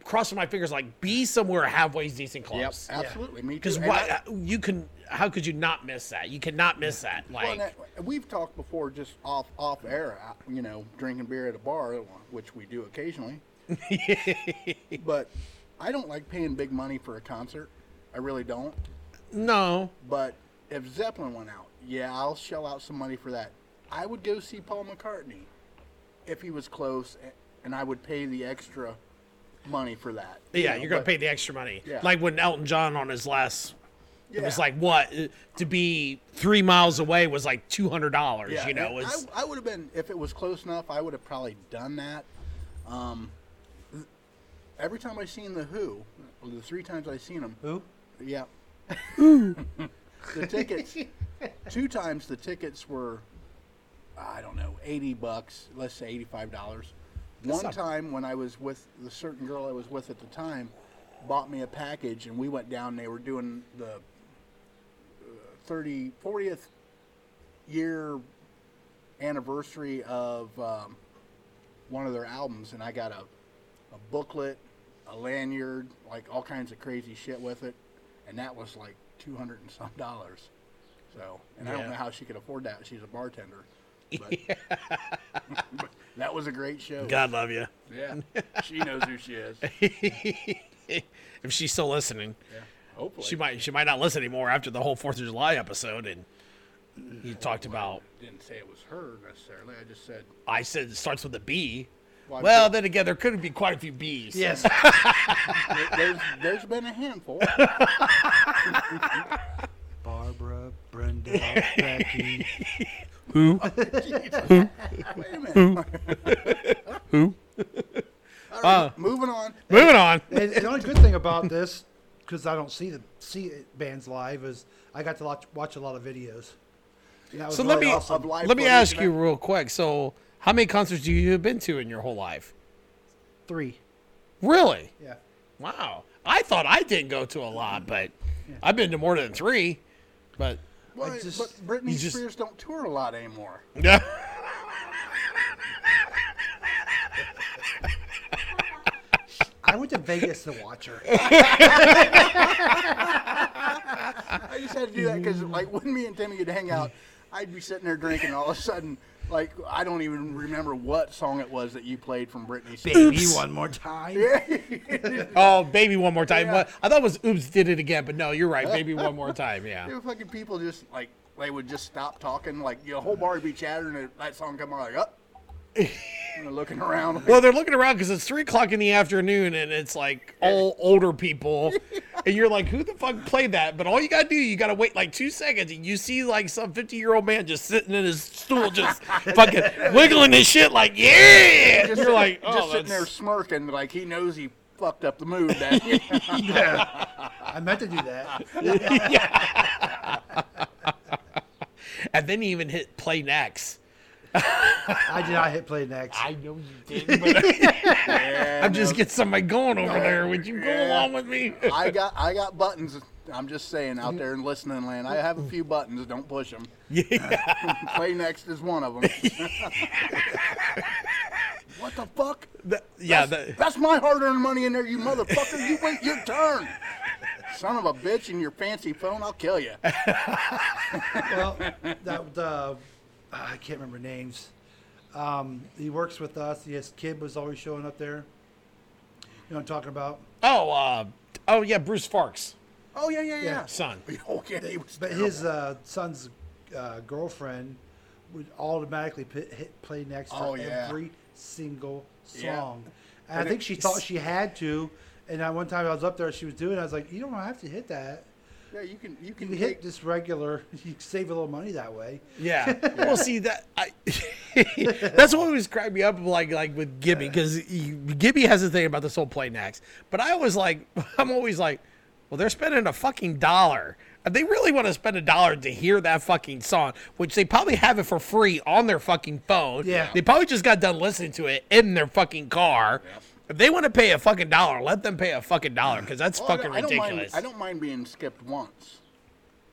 Speaker 1: crossing my fingers, like, be somewhere halfway decent
Speaker 2: yep,
Speaker 1: close.
Speaker 2: absolutely. Me too.
Speaker 1: Because
Speaker 2: And I-
Speaker 1: why uh, you can? How could you not miss that? You cannot miss that.
Speaker 2: Well,
Speaker 1: Like,
Speaker 2: and that- we've talked before, just off off air, uh, you know, drinking beer at a bar, which we do occasionally. but I don't like paying big money for a concert. I really don't.
Speaker 1: no,
Speaker 2: But if Zeppelin went out, yeah, I'll shell out some money for that. I would go see Paul McCartney if he was close, a- and I would pay the extra money for that. you
Speaker 1: Yeah,
Speaker 2: know,
Speaker 1: you're gonna
Speaker 2: but-
Speaker 1: pay the extra money.
Speaker 2: Yeah.
Speaker 1: Like when Elton John on his last, it was
Speaker 2: Yeah.
Speaker 1: like what Uh, to be three miles away was like two hundred dollars.
Speaker 2: Yeah,
Speaker 1: you know,
Speaker 2: and
Speaker 1: it's-
Speaker 2: I, I would have been if it was close enough. I would have probably done that. Um, th- every time I seen the Who, well, the three times I seen them,
Speaker 3: Who?
Speaker 2: yeah, the tickets. two times the tickets were, I don't know, eighty bucks. Let's say eighty-five dollars. One
Speaker 1: not-
Speaker 2: time when I was with the certain girl I was with at the time, bought me a package and we went down. They were doing the uh, 30 40th year anniversary of um, one of their albums, and I got a, a booklet, a lanyard, like all kinds of crazy shit with it, and that was like two hundred and some dollars. So, and I
Speaker 1: Yeah.
Speaker 2: don't know how she could afford that. She's a bartender. But that was a great show.
Speaker 1: God love you.
Speaker 2: Yeah, she knows who she is.
Speaker 1: if she's still listening.
Speaker 2: Hopefully.
Speaker 1: She might she might not listen anymore after the whole Fourth of July episode and you talked about
Speaker 2: Didn't say it was her necessarily. I just said.
Speaker 1: I said it starts with a B.
Speaker 2: Well, I'm
Speaker 1: Well, then again, there could be quite a few B's.
Speaker 3: Yes.
Speaker 2: There- There's, there's been a handful.
Speaker 3: Barbara, Brenda, Becky.
Speaker 1: Who?
Speaker 2: Wait a minute.
Speaker 1: Who? Uh,
Speaker 2: All right, moving on.
Speaker 1: Moving on.
Speaker 3: And, and the only good thing about this, because I don't see the see it bands live, is I got to watch, watch a lot of videos. And that was
Speaker 1: So let
Speaker 3: really
Speaker 1: me
Speaker 3: awesome.
Speaker 2: Of live
Speaker 1: let me
Speaker 2: footage
Speaker 1: ask
Speaker 2: and
Speaker 1: you real quick. So, how many concerts do you have been to in your whole life?
Speaker 3: three.
Speaker 1: Really?
Speaker 3: Yeah.
Speaker 1: Wow. I thought I didn't go to a lot, but I've been to more than three. But
Speaker 2: Well,
Speaker 3: I just-
Speaker 2: but Britney
Speaker 1: you just-
Speaker 2: Spears don't tour a lot anymore.
Speaker 1: yeah,
Speaker 3: I went to Vegas to watch her.
Speaker 2: I just had to do that because, like, when me and Timmy would hang out, I'd be sitting there drinking, and all of a sudden, like, I don't even remember what song it was that you played from Britney Spears.
Speaker 3: Baby, one more time.
Speaker 1: oh, baby, one more time.
Speaker 2: Yeah.
Speaker 1: What? I thought it was oops, did it again, but no, you're right. Baby, one more time.
Speaker 2: There
Speaker 1: Yeah.
Speaker 2: were fucking people just like they would just stop talking, like your whole bar would be chattering, and that song come on, like, up, and they're looking around. Like,
Speaker 1: Well, they're looking around because it's three o'clock in the afternoon, and it's like all older people, and you're like, "Who the fuck played that?" But all you gotta do, you gotta wait like two seconds, and you see like some fifty year old man just sitting in his stool, just fucking wiggling his shit, like, "Yeah!"
Speaker 2: just
Speaker 1: you're
Speaker 2: sit-
Speaker 1: like, "Oh,
Speaker 2: just sitting there
Speaker 1: that's-
Speaker 2: smirking, like he knows he fucked up the mood. That year.
Speaker 3: I meant to do that.
Speaker 1: And then he even hit play next.
Speaker 3: I did not hit play next.
Speaker 1: know you didn't, but
Speaker 2: Yeah,
Speaker 1: I'm just getting somebody going over there. Would you go
Speaker 2: Yeah.
Speaker 1: along with me?
Speaker 2: no, I got I got buttons. I'm just saying out there in listening land, I have a few buttons. Don't push them.
Speaker 1: yeah.
Speaker 2: Play next is one of them. what the fuck?
Speaker 1: That- yeah. that-
Speaker 2: That's my hard-earned money in there, you motherfucker. You wait your turn. Son of a bitch and your fancy phone, I'll kill you.
Speaker 3: well, that the ah, I can't remember names. Um, he works with us. His kid was always showing up there. You know what I'm talking about?
Speaker 1: oh, uh, oh yeah, Bruce Farks,
Speaker 2: Oh yeah, yeah, yeah.
Speaker 1: son.
Speaker 2: Oh yeah, he was
Speaker 3: But
Speaker 2: terrible.
Speaker 3: his uh, son's uh, girlfriend would automatically pit, hit play next for
Speaker 2: Oh, yeah.
Speaker 3: every single
Speaker 2: Yeah.
Speaker 3: song. And I think she thought she had to. And I, one time I was up there, she was doing. it, I was like, "You don't have to hit that.
Speaker 2: yeah, you can you
Speaker 3: You
Speaker 2: can
Speaker 3: can
Speaker 2: hit
Speaker 3: hit this regular. You save a little money that way."
Speaker 1: Yeah. Well, see that I that's what always cracked me up like like with Gibby because Gibby has a thing about this whole play next. But I was like, I'm always like, well, they're spending a fucking dollar. If They really want to spend a dollar to hear that fucking song, which they probably have it for free on their fucking phone.
Speaker 3: Yeah.
Speaker 1: They probably just got done listening to it in their fucking car. If they want to pay a fucking dollar, let them pay a fucking dollar because that's
Speaker 2: Well, I
Speaker 1: fucking
Speaker 2: don't- Oh, I don't mind-
Speaker 1: ridiculous.
Speaker 2: I don't mind being skipped once.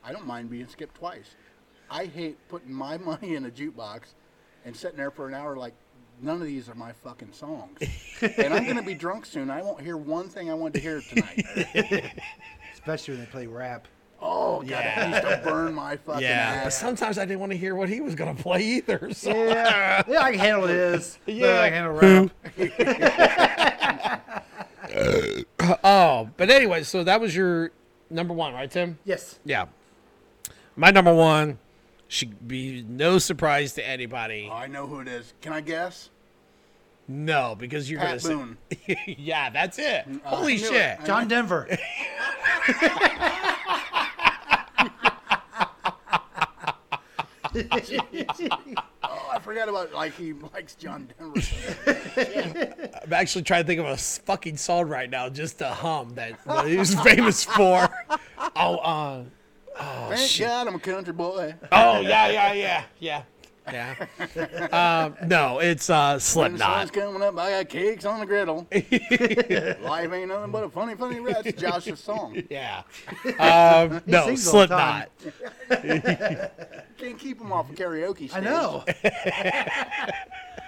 Speaker 2: I don't mind being skipped twice. I hate putting my money in a jukebox and sitting there for an hour like none of these are my fucking songs. and I'm gonna be drunk soon. I won't hear one thing I want to hear tonight.
Speaker 3: Especially when they play rap.
Speaker 2: Oh god,
Speaker 1: Yeah.
Speaker 2: I used to burn my fucking
Speaker 1: yeah. But
Speaker 2: ass.
Speaker 1: sometimes I didn't want to hear what he was going to play either. So.
Speaker 3: Yeah, yeah, I can handle his. Yeah,
Speaker 1: Yeah.
Speaker 3: I can handle rap.
Speaker 1: Oh, but anyway, so that was your number one, right, Tim?
Speaker 3: Yes.
Speaker 1: Yeah. My number one should be no surprise to anybody.
Speaker 2: Oh, I know who it is. Can I guess?
Speaker 1: No, because you're
Speaker 2: Pat
Speaker 1: gonna
Speaker 2: Boone. Mm, uh,
Speaker 1: say, yeah, that's it. Holy
Speaker 2: I knew it.
Speaker 1: shit!
Speaker 2: I-
Speaker 3: John Denver.
Speaker 2: Oh, I forgot about like he likes John Denver.
Speaker 1: I'm actually trying to think of a s- fucking song right now, just to hum that what he was famous for. Oh, uh,
Speaker 2: Thank God I'm a country boy.
Speaker 1: oh, yeah, yeah, yeah, yeah, yeah. Um, no, it's uh,
Speaker 2: When the sun's
Speaker 1: Slipknot.
Speaker 2: coming up, I got cakes on the griddle. Life ain't nothing but a funny, funny rap. That's Josh's song.
Speaker 1: Yeah. Um, no,
Speaker 3: sings all the
Speaker 1: Slipknot.
Speaker 3: time.
Speaker 2: Can't keep him off a karaoke stage.
Speaker 3: I know.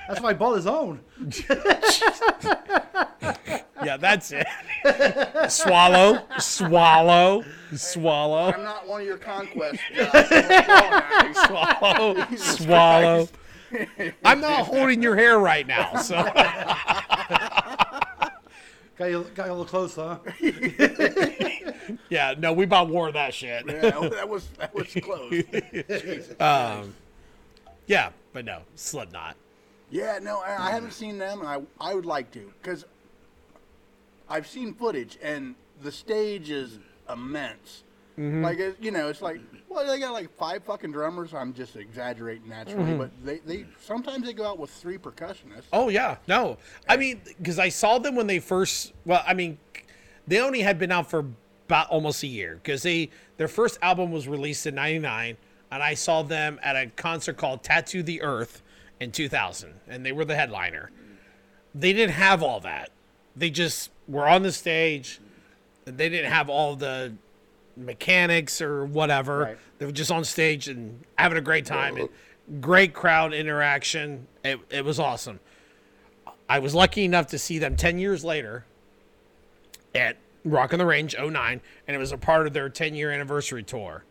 Speaker 3: That's why I bought his own.
Speaker 1: Yeah, that's it. swallow, swallow, swallow,
Speaker 2: I'm not one of your conquests. Josh. What's wrong with
Speaker 1: swallow,
Speaker 2: you?
Speaker 1: swallow. I'm not holding your hair right now, so.
Speaker 3: Got you, got you a little close, huh?
Speaker 1: Yeah, no, we about wore that shit.
Speaker 2: Yeah, that was that was close.
Speaker 1: Yeah, but no, Slipknot.
Speaker 2: Yeah, no, I I haven't seen them, and I I would like to because I've seen footage, and the stage is immense.
Speaker 1: Mm-hmm.
Speaker 2: Like it, you know, it's like well, they got like five fucking drummers. I'm just exaggerating naturally, but they they sometimes they go out with three percussionists.
Speaker 1: Mm-hmm. Oh yeah, no, I mean because I saw them when they first. Well, I mean, they only had been out for about almost a year because they their first album was released in '99, and I saw them at a concert called Tattoo the Earth in 2000, and they were the headliner. They didn't have all that. They just were on the stage. They didn't have all the mechanics or whatever.
Speaker 2: Right.
Speaker 1: They were just on stage and having a great time and great crowd interaction. It, it was awesome. I was lucky enough to see them 10 years later at Rock on the Range 09, and it was a part of their 10 year anniversary tour.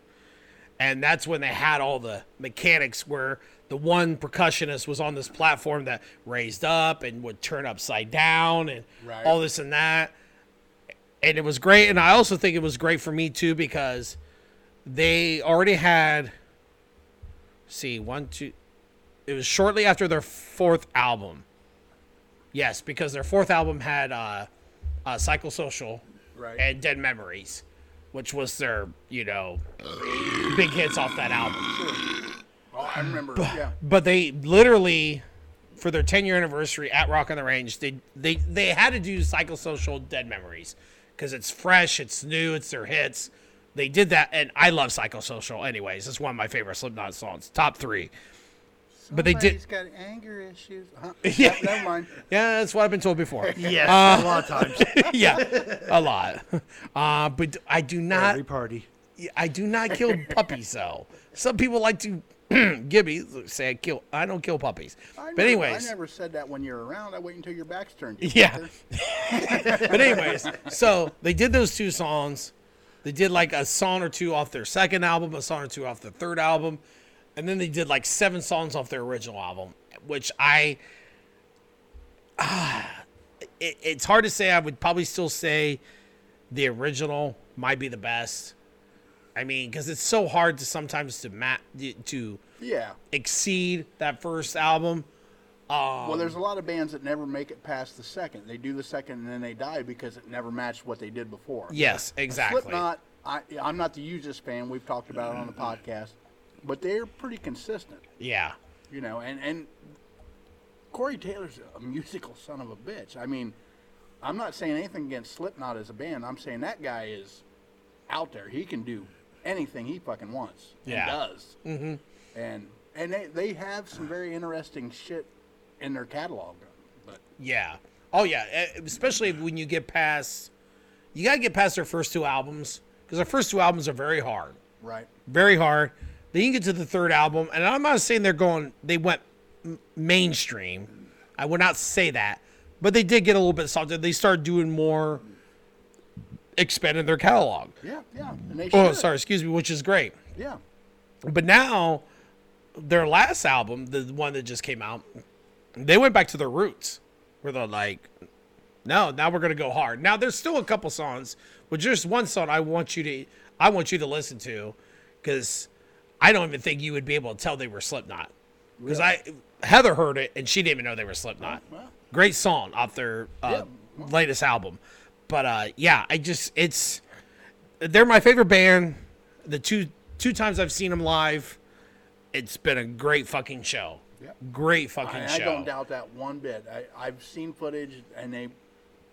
Speaker 1: And that's when they had all the mechanics where the one percussionist was on this platform that raised up and would turn upside down and
Speaker 2: Right.
Speaker 1: all this and that. And it was great. And I also think it was great for me too because they already had, see, one, two, it was shortly after their fourth album. Yes, because their fourth album had uh, uh, Psychosocial
Speaker 2: Right.
Speaker 1: and Dead Memories, which was their, you know, big hits off that album.
Speaker 2: Oh, I remember. yeah.
Speaker 1: But they literally, for their 10 year anniversary at Rock on the Range, they, they, they had to do Psychosocial Dead Memories because it's fresh, it's new, it's their hits. They did that, and I love Psychosocial, anyways. It's one of my favorite Slipknot songs, top three. But they did-
Speaker 2: Somebody's got anger issues. Huh?
Speaker 1: Yeah.
Speaker 2: Ne- Never mind.
Speaker 1: Yeah, that's what I've been told before.
Speaker 4: Yes, a lot of times.
Speaker 1: yeah, a lot. Uh, but I do not
Speaker 3: Every party.
Speaker 1: I do not kill puppies though. Some people like to give me say I kill. I don't kill puppies.
Speaker 2: I
Speaker 1: but
Speaker 2: never-
Speaker 1: anyways,
Speaker 2: I never said that when you're around. I wait until your back's turned. you
Speaker 1: yeah.
Speaker 2: fucker.
Speaker 1: but anyways, so they did those two songs. They did like a song or two off their second album, a song or two off their third album, and then they did like seven songs off their original album, which I ah, it, it's hard to say. I would probably still say the original might be the best. I mean, because it's so hard to sometimes to ma- to
Speaker 2: Yeah.
Speaker 1: exceed that first album.
Speaker 2: Well, there's a lot of bands that never make it past the second. They do the second and then they die because it never matched what they did before.
Speaker 1: Yes, exactly.
Speaker 2: Slipknot. I, I'm not the hugest fan. We've talked about it on the podcast, but they're pretty consistent,
Speaker 1: Yeah.
Speaker 2: you know. And and Corey Taylor's a musical son of a bitch. I mean, I'm not saying anything against Slipknot as a band. I'm saying that guy is out there. He can do anything he fucking wants. and
Speaker 1: Yeah.
Speaker 2: does. Mm-hmm. And and they they have some very interesting shit in their catalog, but.
Speaker 1: Yeah. Oh yeah. Eh, Especially when you get past, you gotta get past their first two albums because their first two albums are very hard,
Speaker 2: Right.
Speaker 1: very hard. Then you get to the third album, and I'm not saying they're going. They went m- mainstream. I would not say that, but they did get a little bit softer. They started doing more, expanding their catalog.
Speaker 2: Yeah, yeah. And they
Speaker 1: Oh,
Speaker 2: should.
Speaker 1: sorry, excuse me, which is great.
Speaker 2: Yeah.
Speaker 1: But now, their last album, the one that just came out, they went back to their roots, where they're like, "No, now we're gonna go hard." Now there's still a couple songs, but just one song I want you to, I want you to listen to, because I don't even think you would be able to tell they were Slipknot, because I Heather heard it and she didn't even know they were Slipknot.
Speaker 2: well.
Speaker 1: Great song off their uh, latest album, but uh, yeah, I just it's they're my favorite band. The two two times I've seen them live, it's been a great fucking show.
Speaker 2: Yep.
Speaker 1: Great fucking
Speaker 2: I, I
Speaker 1: show.
Speaker 2: don't doubt that one bit. I, I've seen footage, and they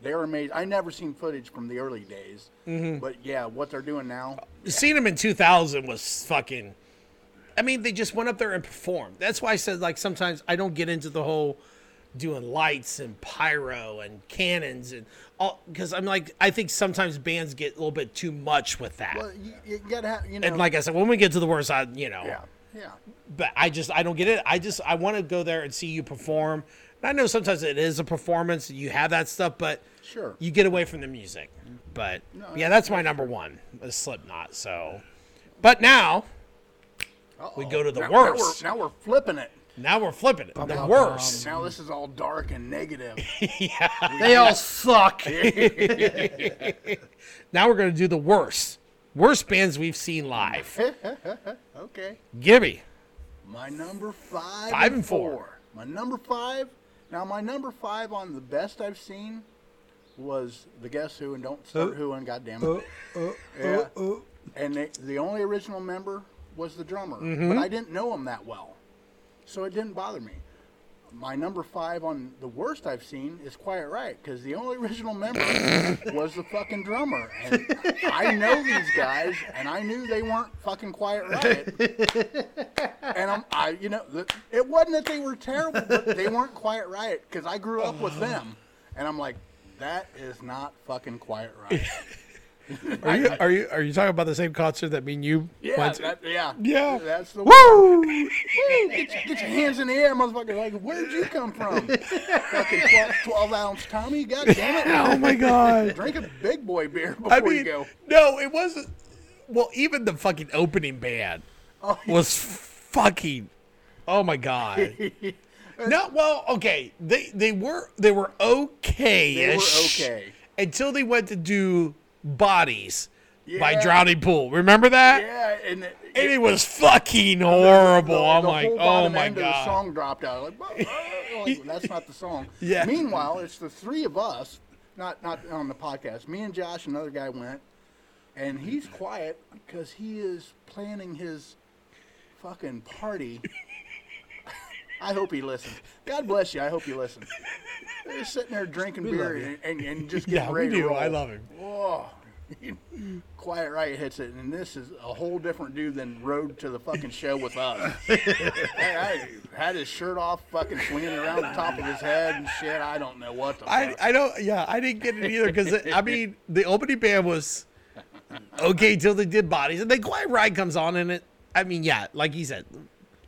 Speaker 2: they're amazing. I never seen footage from the early days,
Speaker 1: Mm-hmm.
Speaker 2: but yeah, what they're doing now.
Speaker 1: Seeing them in 2000 was fucking. I mean, they just went up there and performed. That's why I said like sometimes I don't get into the whole doing lights and pyro and cannons and all because I'm like I think sometimes bands get a little bit too much with that.
Speaker 2: Well, you, you gotta have you know.
Speaker 1: and like I said, when we get to the worst, I you know.
Speaker 2: yeah, yeah.
Speaker 1: but I just I don't get it. I just I want to go there and see you perform. And I know sometimes it is a performance. You have that stuff, but
Speaker 2: Sure.
Speaker 1: you get away from the music. But yeah, that's my number one, is Slipknot. So, but now we go to the
Speaker 2: now,
Speaker 1: worst.
Speaker 2: Now we're, now we're flipping it.
Speaker 1: Now we're flipping it. The
Speaker 3: bum,
Speaker 1: worst.
Speaker 2: Now this is all dark and negative.
Speaker 4: They all suck.
Speaker 1: Now we're gonna do the worst. Worst bands we've seen live.
Speaker 2: Eh. Okay.
Speaker 1: Gibby.
Speaker 2: My number five.
Speaker 1: Five and four.
Speaker 2: My number five. Now my number five on the best I've seen was the Guess Who and Don't Start
Speaker 3: Oh.
Speaker 2: Who and Goddamn
Speaker 3: Oh,
Speaker 2: it.
Speaker 3: oh,
Speaker 2: Yeah.
Speaker 3: oh, oh.
Speaker 2: And they, the only original member was the drummer, but I didn't know him that well, so it didn't bother me. My number five on the worst I've seen is Quiet Riot because the only original member was the fucking drummer, and I know these guys, and I knew they weren't fucking Quiet Riot. And I'm, I, you know, the, it wasn't that they were terrible, but they weren't Quiet Riot because I grew up with them, and I'm like, that is not fucking Quiet Riot.
Speaker 1: Are you are you are you talking about the same concert that me and you
Speaker 2: Yeah,
Speaker 1: went to?
Speaker 2: that, yeah,
Speaker 1: Yeah.
Speaker 2: That's the
Speaker 1: Woo!
Speaker 2: Get, your- get your hands in the air, motherfucker! Like, where'd you come from? Fucking 12, 12 ounce Tommy, god damn
Speaker 1: Oh
Speaker 2: it!
Speaker 1: my god.
Speaker 2: Drink a big boy beer before
Speaker 1: I mean
Speaker 2: you go.
Speaker 1: No, it wasn't well, even the fucking opening band
Speaker 2: Oh,
Speaker 1: was fucking Oh my god. No, well, okay. They they were they were okay.
Speaker 2: They were okay.
Speaker 1: Until they went to do Bodies by
Speaker 2: Yeah.
Speaker 1: Drowning Pool. Remember that?
Speaker 2: yeah, and it,
Speaker 1: And it was fucking horrible.
Speaker 2: the-
Speaker 1: I'm
Speaker 2: the
Speaker 1: like,
Speaker 2: whole
Speaker 1: oh
Speaker 2: bottom
Speaker 1: my
Speaker 2: end of the
Speaker 1: god.
Speaker 2: song dropped out. Like, "Whoa, whoa," like, that's not the song.
Speaker 1: Yeah.
Speaker 2: Meanwhile, it's the three of us, not not on the podcast. Me and Josh, another guy went, and he's quiet because he is planning his fucking party. I hope he listens. God bless you. I hope you listen. They're sitting there drinking beer and, and, and just getting
Speaker 1: Yeah, we
Speaker 2: ready to
Speaker 1: do.
Speaker 2: roll.
Speaker 1: I love him.
Speaker 2: Whoa. Quiet Riot hits it, and this is a whole different dude than Road to the fucking show with us. I, I had his shirt off, fucking swinging around the top of his head and shit. I don't know what the fuck.
Speaker 1: I, I don't yeah I didn't get it either because I mean the opening band was okay till they did bodies and then Quiet Ride comes on and it I mean yeah like he said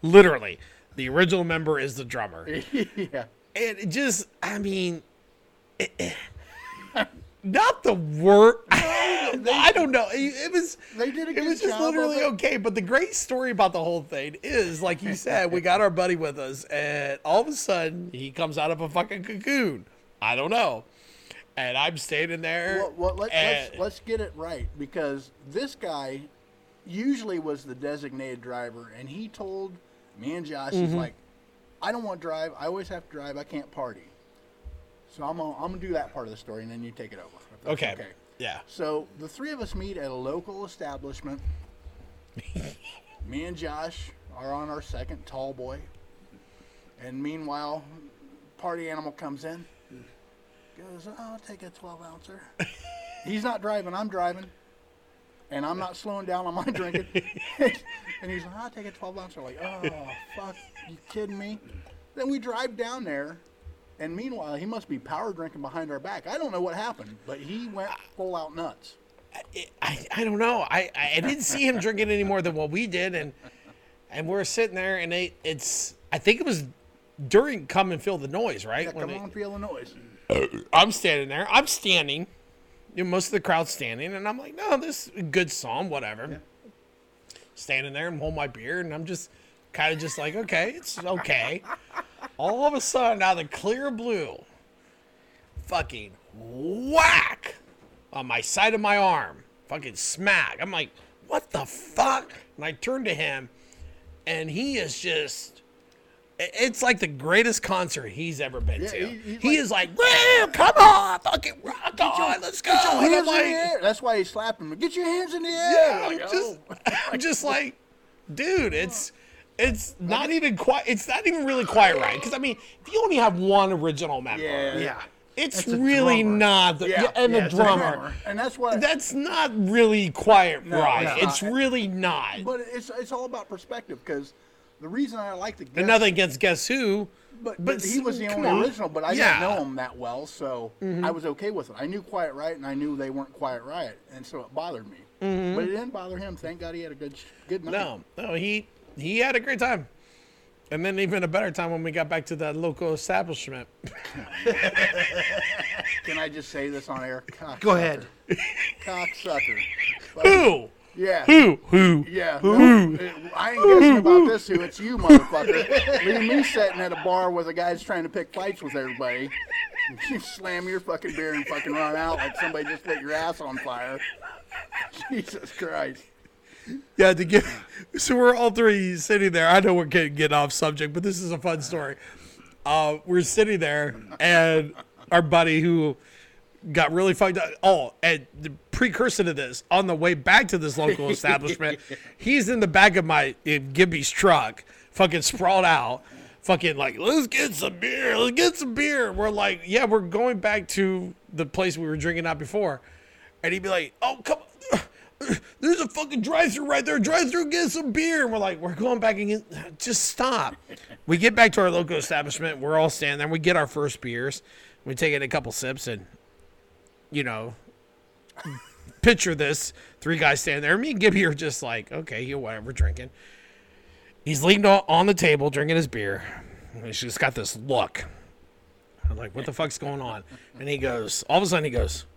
Speaker 1: literally the original member is the drummer
Speaker 2: yeah.
Speaker 1: and it just I mean it- it- not the worst I don't know it, it was
Speaker 2: They did a
Speaker 1: it
Speaker 2: good
Speaker 1: was just
Speaker 2: job of
Speaker 1: literally
Speaker 2: it.
Speaker 1: okay but the great story about the whole thing is like you said we got our buddy with us and all of a sudden he comes out of a fucking cocoon I don't know and I'm standing there
Speaker 2: Well, well let,
Speaker 1: and-
Speaker 2: let's, let's get it right because this guy usually was the designated driver, and he told me and Josh,
Speaker 1: Mm-hmm.
Speaker 2: he's like, I don't want to drive. I always have to drive. I can't party. So I'm gonna, I'm gonna do that part of the story, and then you take it over. if that's
Speaker 1: okay. yeah
Speaker 2: So the three of us meet at a local establishment. Me and Josh are on our second tall boy. And meanwhile, party animal comes in. Goes, "Oh, I'll take a 12 ouncer. he's not driving, I'm driving. And I'm not slowing down on my drinking. and he's like, I'll take a 12 ouncer. Like, oh, fuck, you kidding me? Then we drive down there. And meanwhile, he must be power drinking behind our back. I don't know what happened, but he went full out nuts.
Speaker 1: I, I don't know. I, I, I didn't see him drinking any more than what we did, and and we're sitting there, and they, it's I think it was during come and feel the noise, right?
Speaker 2: Yeah,
Speaker 1: When
Speaker 2: come
Speaker 1: they-
Speaker 2: on, feel the noise.
Speaker 1: I'm standing there. I'm standing. You know, most of the crowd's standing, and I'm like, no, this is a good song, whatever. Standing there and hold my beer, and I'm just kind of just like, okay, it's okay. All of a sudden, out of the clear blue, fucking whack on my side of my arm, fucking smack. I'm like, what the fuck? And I turn to him, and he is just. i- It's like the greatest concert he's ever been
Speaker 2: Yeah,
Speaker 1: to. He,
Speaker 2: he- he's like-
Speaker 1: is like, "Woo, come on, fucking rock on, let's go.
Speaker 2: Get your
Speaker 1: And I'm
Speaker 2: hands in the
Speaker 1: like-
Speaker 2: air. That's why he slapped him. Get your hands in the air.
Speaker 1: yeah, I'm
Speaker 2: Like,
Speaker 1: just,
Speaker 2: oh.
Speaker 1: I'm just like, dude, it's it's not even quiet. It's not even really quiet, right? Because I mean, if you only have one original member,
Speaker 2: Yeah.
Speaker 3: Yeah.
Speaker 1: it's
Speaker 3: That's a
Speaker 1: really
Speaker 3: drummer.
Speaker 1: not the
Speaker 2: Yeah,
Speaker 1: yeah, and
Speaker 3: yeah,
Speaker 1: the
Speaker 3: it's a
Speaker 1: drummer.
Speaker 3: drummer.
Speaker 2: And that's why.
Speaker 1: That's not really quiet, right?
Speaker 2: it's
Speaker 1: It's
Speaker 2: not.
Speaker 1: really not.
Speaker 2: but it's it's all about perspective because the reason I like the guest,
Speaker 1: and nothing against guess who,
Speaker 2: but, but, he was the
Speaker 1: come
Speaker 2: only
Speaker 1: on.
Speaker 2: original, but I
Speaker 1: Yeah. Mm-hmm.
Speaker 2: didn't know him that well, so I was okay with it. I knew Quiet Riot, and I knew they weren't Quiet Riot, and so it bothered me. But it didn't bother him. Thank God he had a good sh- good night.
Speaker 1: Mm-hmm. No, no, he he had a great time, and then even a better time when we got back to that local establishment.
Speaker 2: Can I just say this on air?
Speaker 3: Go ahead.
Speaker 2: cocksucker.
Speaker 1: Who?
Speaker 2: Yeah.
Speaker 1: Who? Who?
Speaker 2: Yeah. no, it- I ain't guessing about this who. It's you, motherfucker. Leave me sitting at a bar where the guy's trying to pick fights with everybody. You slam your fucking beer and fucking run out like somebody just lit your ass on fire. Jesus Christ.
Speaker 1: Yeah, to get so we're all three sitting there. I know we're getting get off subject, but this is a fun story. Uh, we're sitting there, and our buddy who got really fucked up. Oh, and the precursor to this, on the way back to this local establishment, he's in the back of my in Gibby's truck, fucking sprawled out, fucking like, let's get some beer, let's get some beer. We're like, yeah, we're going back to the place we were drinking out before, and he'd be like, oh come. There's a fucking drive-through right there. Drive-through, get some beer, and we're like, we're going back again. Just stop. We get back to our local establishment. We're all standing there. We get our first beers. We take in a couple sips, and you know, picture this three guys standing there. Me and Gibby are just like, okay, you know, whatever, drinking. He's leaning on on the table, drinking his beer. And he's just got this look. I'm like, what the fuck's going on? And he goes, all of a sudden, he goes,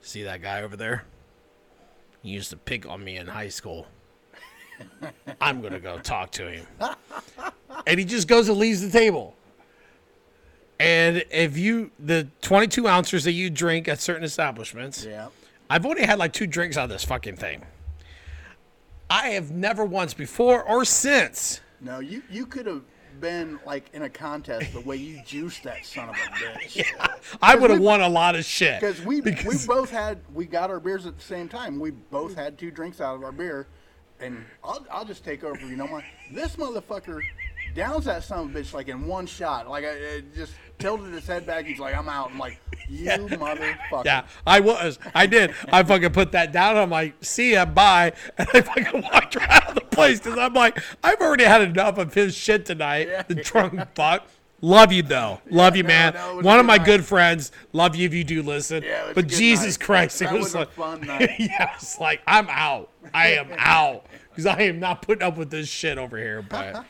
Speaker 1: see that guy over there? He used to pick on me in high school. I'm going to go talk to him. And he just goes and leaves the table. And if you, the 22 ounces that you drink at certain establishments,
Speaker 2: Yeah.
Speaker 1: I've only had like two drinks out of this fucking thing. I have never once before or since.
Speaker 2: No, you you could have been like in a contest the way you juiced that son of a bitch.
Speaker 1: I would have won a lot of shit.
Speaker 2: Because we we both had we got our beers at the same time. We both had two drinks out of our beer, and I'll I'll just take over. You know what? This motherfucker downs that son of a bitch like in one shot. Like I it just tilted his head back. He's like, I'm out. I'm like, you motherfucker.
Speaker 1: Yeah, I was. I did. I fucking put that down. I'm like, see ya, bye. And I fucking walked right out of the place because I'm like, I've already had enough of his shit tonight. The drunk fuck. Love you though. Love you,
Speaker 2: no,
Speaker 1: man.
Speaker 2: no, it was a
Speaker 1: One of
Speaker 2: good
Speaker 1: my
Speaker 2: night.
Speaker 1: good friends. Love you if you do listen.
Speaker 2: Yeah, it was a
Speaker 1: but
Speaker 2: good
Speaker 1: Jesus
Speaker 2: night.
Speaker 1: Christ, it
Speaker 2: That
Speaker 1: was,
Speaker 2: was a
Speaker 1: like,
Speaker 2: fun night.
Speaker 1: yeah, it's like I'm out. I am out because I am not putting up with this shit over here. But,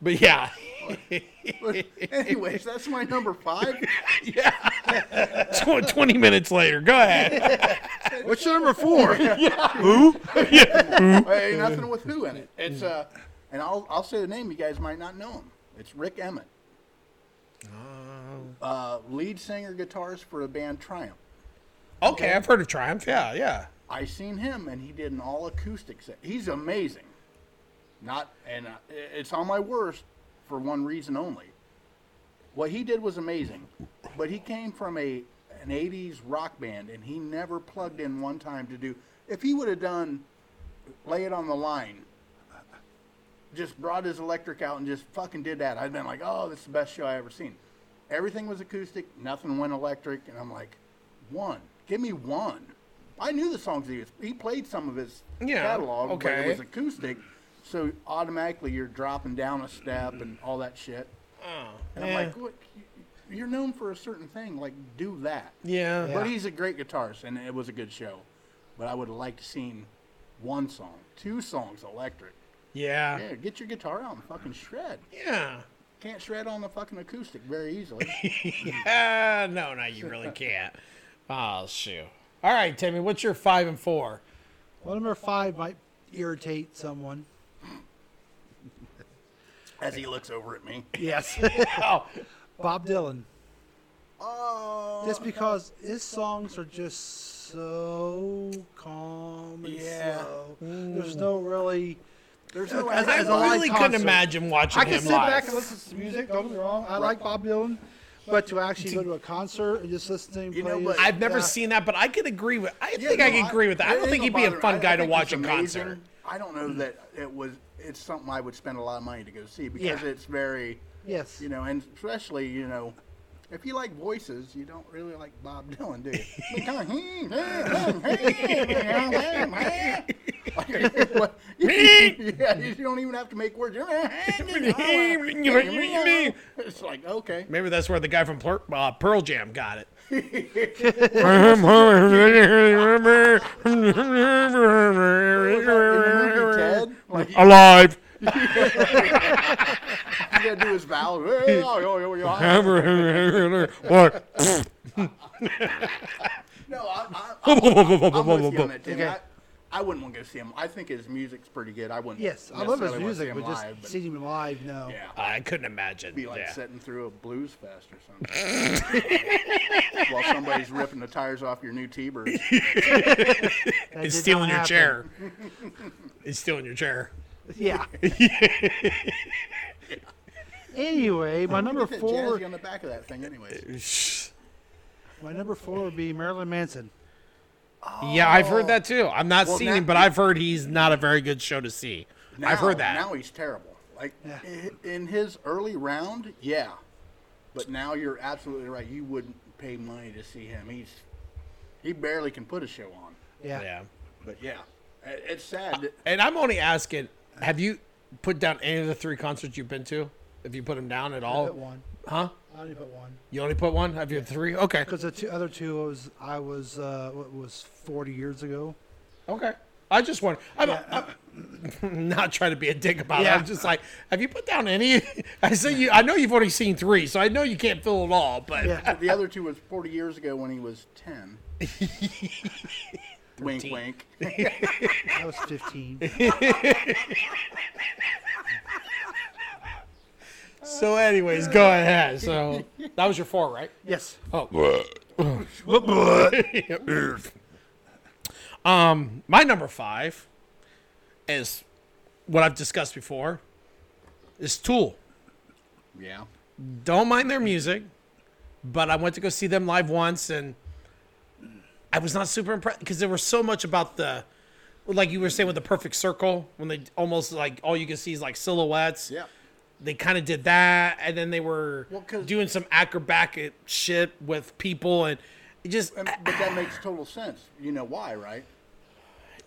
Speaker 1: but yeah,
Speaker 2: But anyways, that's my number five.
Speaker 1: Tw- twenty minutes later, go ahead.
Speaker 4: What's your number four?
Speaker 2: hey, nothing with who in it. It's uh, and I'll I'll say the name. You guys might not know him. It's Rick Emmett, uh, lead singer guitarist for the band Triumph.
Speaker 1: Okay, I've heard of Triumph. Yeah, yeah.
Speaker 2: I seen him and he did an all acoustic set. He's amazing. Not and uh, i- it's on my worst for one reason only. What he did was amazing, but he came from a an 80s rock band and he never plugged in one time to do. If he would have done lay it on the line, just brought his electric out and just fucking did that, I'd been like, "Oh, this is the best show I ever seen." Everything was acoustic, nothing went electric, and I'm like, "One, give me one." I knew the songs he was. He played some of his
Speaker 1: Yeah,
Speaker 2: catalog, but
Speaker 1: okay.
Speaker 2: it was acoustic, so automatically you're dropping down a step and all that shit. And I'm like, "What? you- You're known for a certain thing. Like, do that."
Speaker 1: Yeah.
Speaker 2: But he's a great guitarist, and it was a good show. But I would have liked to seen one song, two songs electric.
Speaker 1: Yeah.
Speaker 2: Yeah, get your guitar out and fucking shred.
Speaker 1: Yeah.
Speaker 2: Can't shred on the fucking acoustic very easily.
Speaker 1: Yeah. Uh, No, no, you really can't. Oh, shoot. All right, Timmy, what's your five and four?
Speaker 3: Well, number five might irritate someone.
Speaker 2: As he looks over at me.
Speaker 3: Yes.
Speaker 1: Oh,
Speaker 3: Bob Dylan.
Speaker 2: Oh,
Speaker 3: Just because his songs are just so calm and
Speaker 2: Yeah.
Speaker 3: slow. There's no really.
Speaker 2: there's no
Speaker 3: As-
Speaker 1: I
Speaker 3: as a live
Speaker 1: really couldn't
Speaker 3: concert.
Speaker 1: imagine watching
Speaker 3: I can
Speaker 1: him
Speaker 3: sit
Speaker 1: live.
Speaker 3: back and listen to some music. Don't get me wrong. I like Bob Dylan, but to actually go to a concert and just listen to him
Speaker 2: You
Speaker 3: play.
Speaker 2: know,
Speaker 3: his-
Speaker 2: but-
Speaker 1: I've never
Speaker 3: yeah.
Speaker 1: seen that, but I could agree with. I
Speaker 2: Yeah,
Speaker 1: think I
Speaker 2: no,
Speaker 1: could agree with that. I don't
Speaker 2: it
Speaker 1: think
Speaker 2: ain't
Speaker 1: he'd be a
Speaker 2: gonna bother- I
Speaker 1: fun guy to
Speaker 2: think
Speaker 1: watch
Speaker 2: it's
Speaker 1: in
Speaker 2: amazing.
Speaker 1: concert. Mm-hmm.
Speaker 2: I don't know that it was. It's something I would spend a lot of money to go see because
Speaker 3: Yeah.
Speaker 2: it's very,
Speaker 3: Yes.
Speaker 2: you know, and especially you know, if you like voices, you don't really like Bob Dylan, do you? yeah, you don't even have to make words. it's like okay.
Speaker 1: Maybe that's where the guy from Plur- uh, Pearl Jam got it.
Speaker 2: In the movie Ted, like you
Speaker 1: Alive.
Speaker 2: gotta do his vowel. No,
Speaker 1: What?
Speaker 2: I, I, I'm with you on that, Tim. I, I wouldn't want to go see him. I think his music's pretty good. I wouldn't.
Speaker 3: Yes, I love his
Speaker 2: necessarily wanna see
Speaker 3: music,
Speaker 2: him
Speaker 3: but just
Speaker 2: live, but
Speaker 3: seeing him live, no.
Speaker 2: yeah,
Speaker 1: I couldn't imagine.
Speaker 2: be like
Speaker 1: yeah.
Speaker 2: sitting through a blues fest or something while somebody's ripping the tires off your new T-bird.
Speaker 3: That
Speaker 1: He's
Speaker 3: did
Speaker 1: stealing
Speaker 3: not
Speaker 1: your
Speaker 3: happen.
Speaker 1: chair. He's stealing your chair.
Speaker 3: Yeah. anyway, my number
Speaker 2: Look at
Speaker 3: four,
Speaker 2: Jazzy on the back of that thing, anyways.
Speaker 1: Uh,
Speaker 3: my number four would be Marilyn Manson.
Speaker 1: Yeah, I've heard that too. I'm not
Speaker 2: Well,
Speaker 1: seen
Speaker 2: now-
Speaker 1: him, but I've heard he's not a very good show to see. I've heard that.
Speaker 2: Now he's terrible. Like
Speaker 3: Yeah.
Speaker 2: i in his early round, yeah. But now you're absolutely right. You wouldn't pay money to see him. He's he barely can put a show on.
Speaker 3: Yeah.
Speaker 1: yeah.
Speaker 2: But yeah, it- it's sad. that-
Speaker 1: And I'm only asking, have you put down any of the three concerts you've been to? If you put them down at
Speaker 3: I
Speaker 1: all?
Speaker 3: put one.
Speaker 1: Huh?
Speaker 3: I only put one
Speaker 1: You only put one? Have you had three? Okay.
Speaker 3: because the two other two was I was uh, what was forty years ago.
Speaker 1: Okay. I just want. I'm, I'm not trying to be a dick about it.
Speaker 3: Yeah.
Speaker 1: I'm just like, have you put down any? I say you. I know you've already seen three, so I know you can't fill it all. But
Speaker 3: Yeah.
Speaker 2: the other two was 40 years ago when he was 10. wink, wink.
Speaker 3: I was fifteen.
Speaker 1: so, anyways, go ahead. So that was your four, right?
Speaker 3: yes.
Speaker 1: Um, my number five is what I've discussed before. Is Tool.
Speaker 2: Yeah.
Speaker 1: don't mind their music, but I went to go see them live once and I was not super impressed because there was so much about the like you were saying with the perfect circle when they almost like all you can see is like silhouettes.
Speaker 2: Yeah.
Speaker 1: They kind of did that and then they were
Speaker 2: Well, 'cause-
Speaker 1: doing some acrobatic shit with people and it just
Speaker 2: And, but that makes total sense. You know why, right?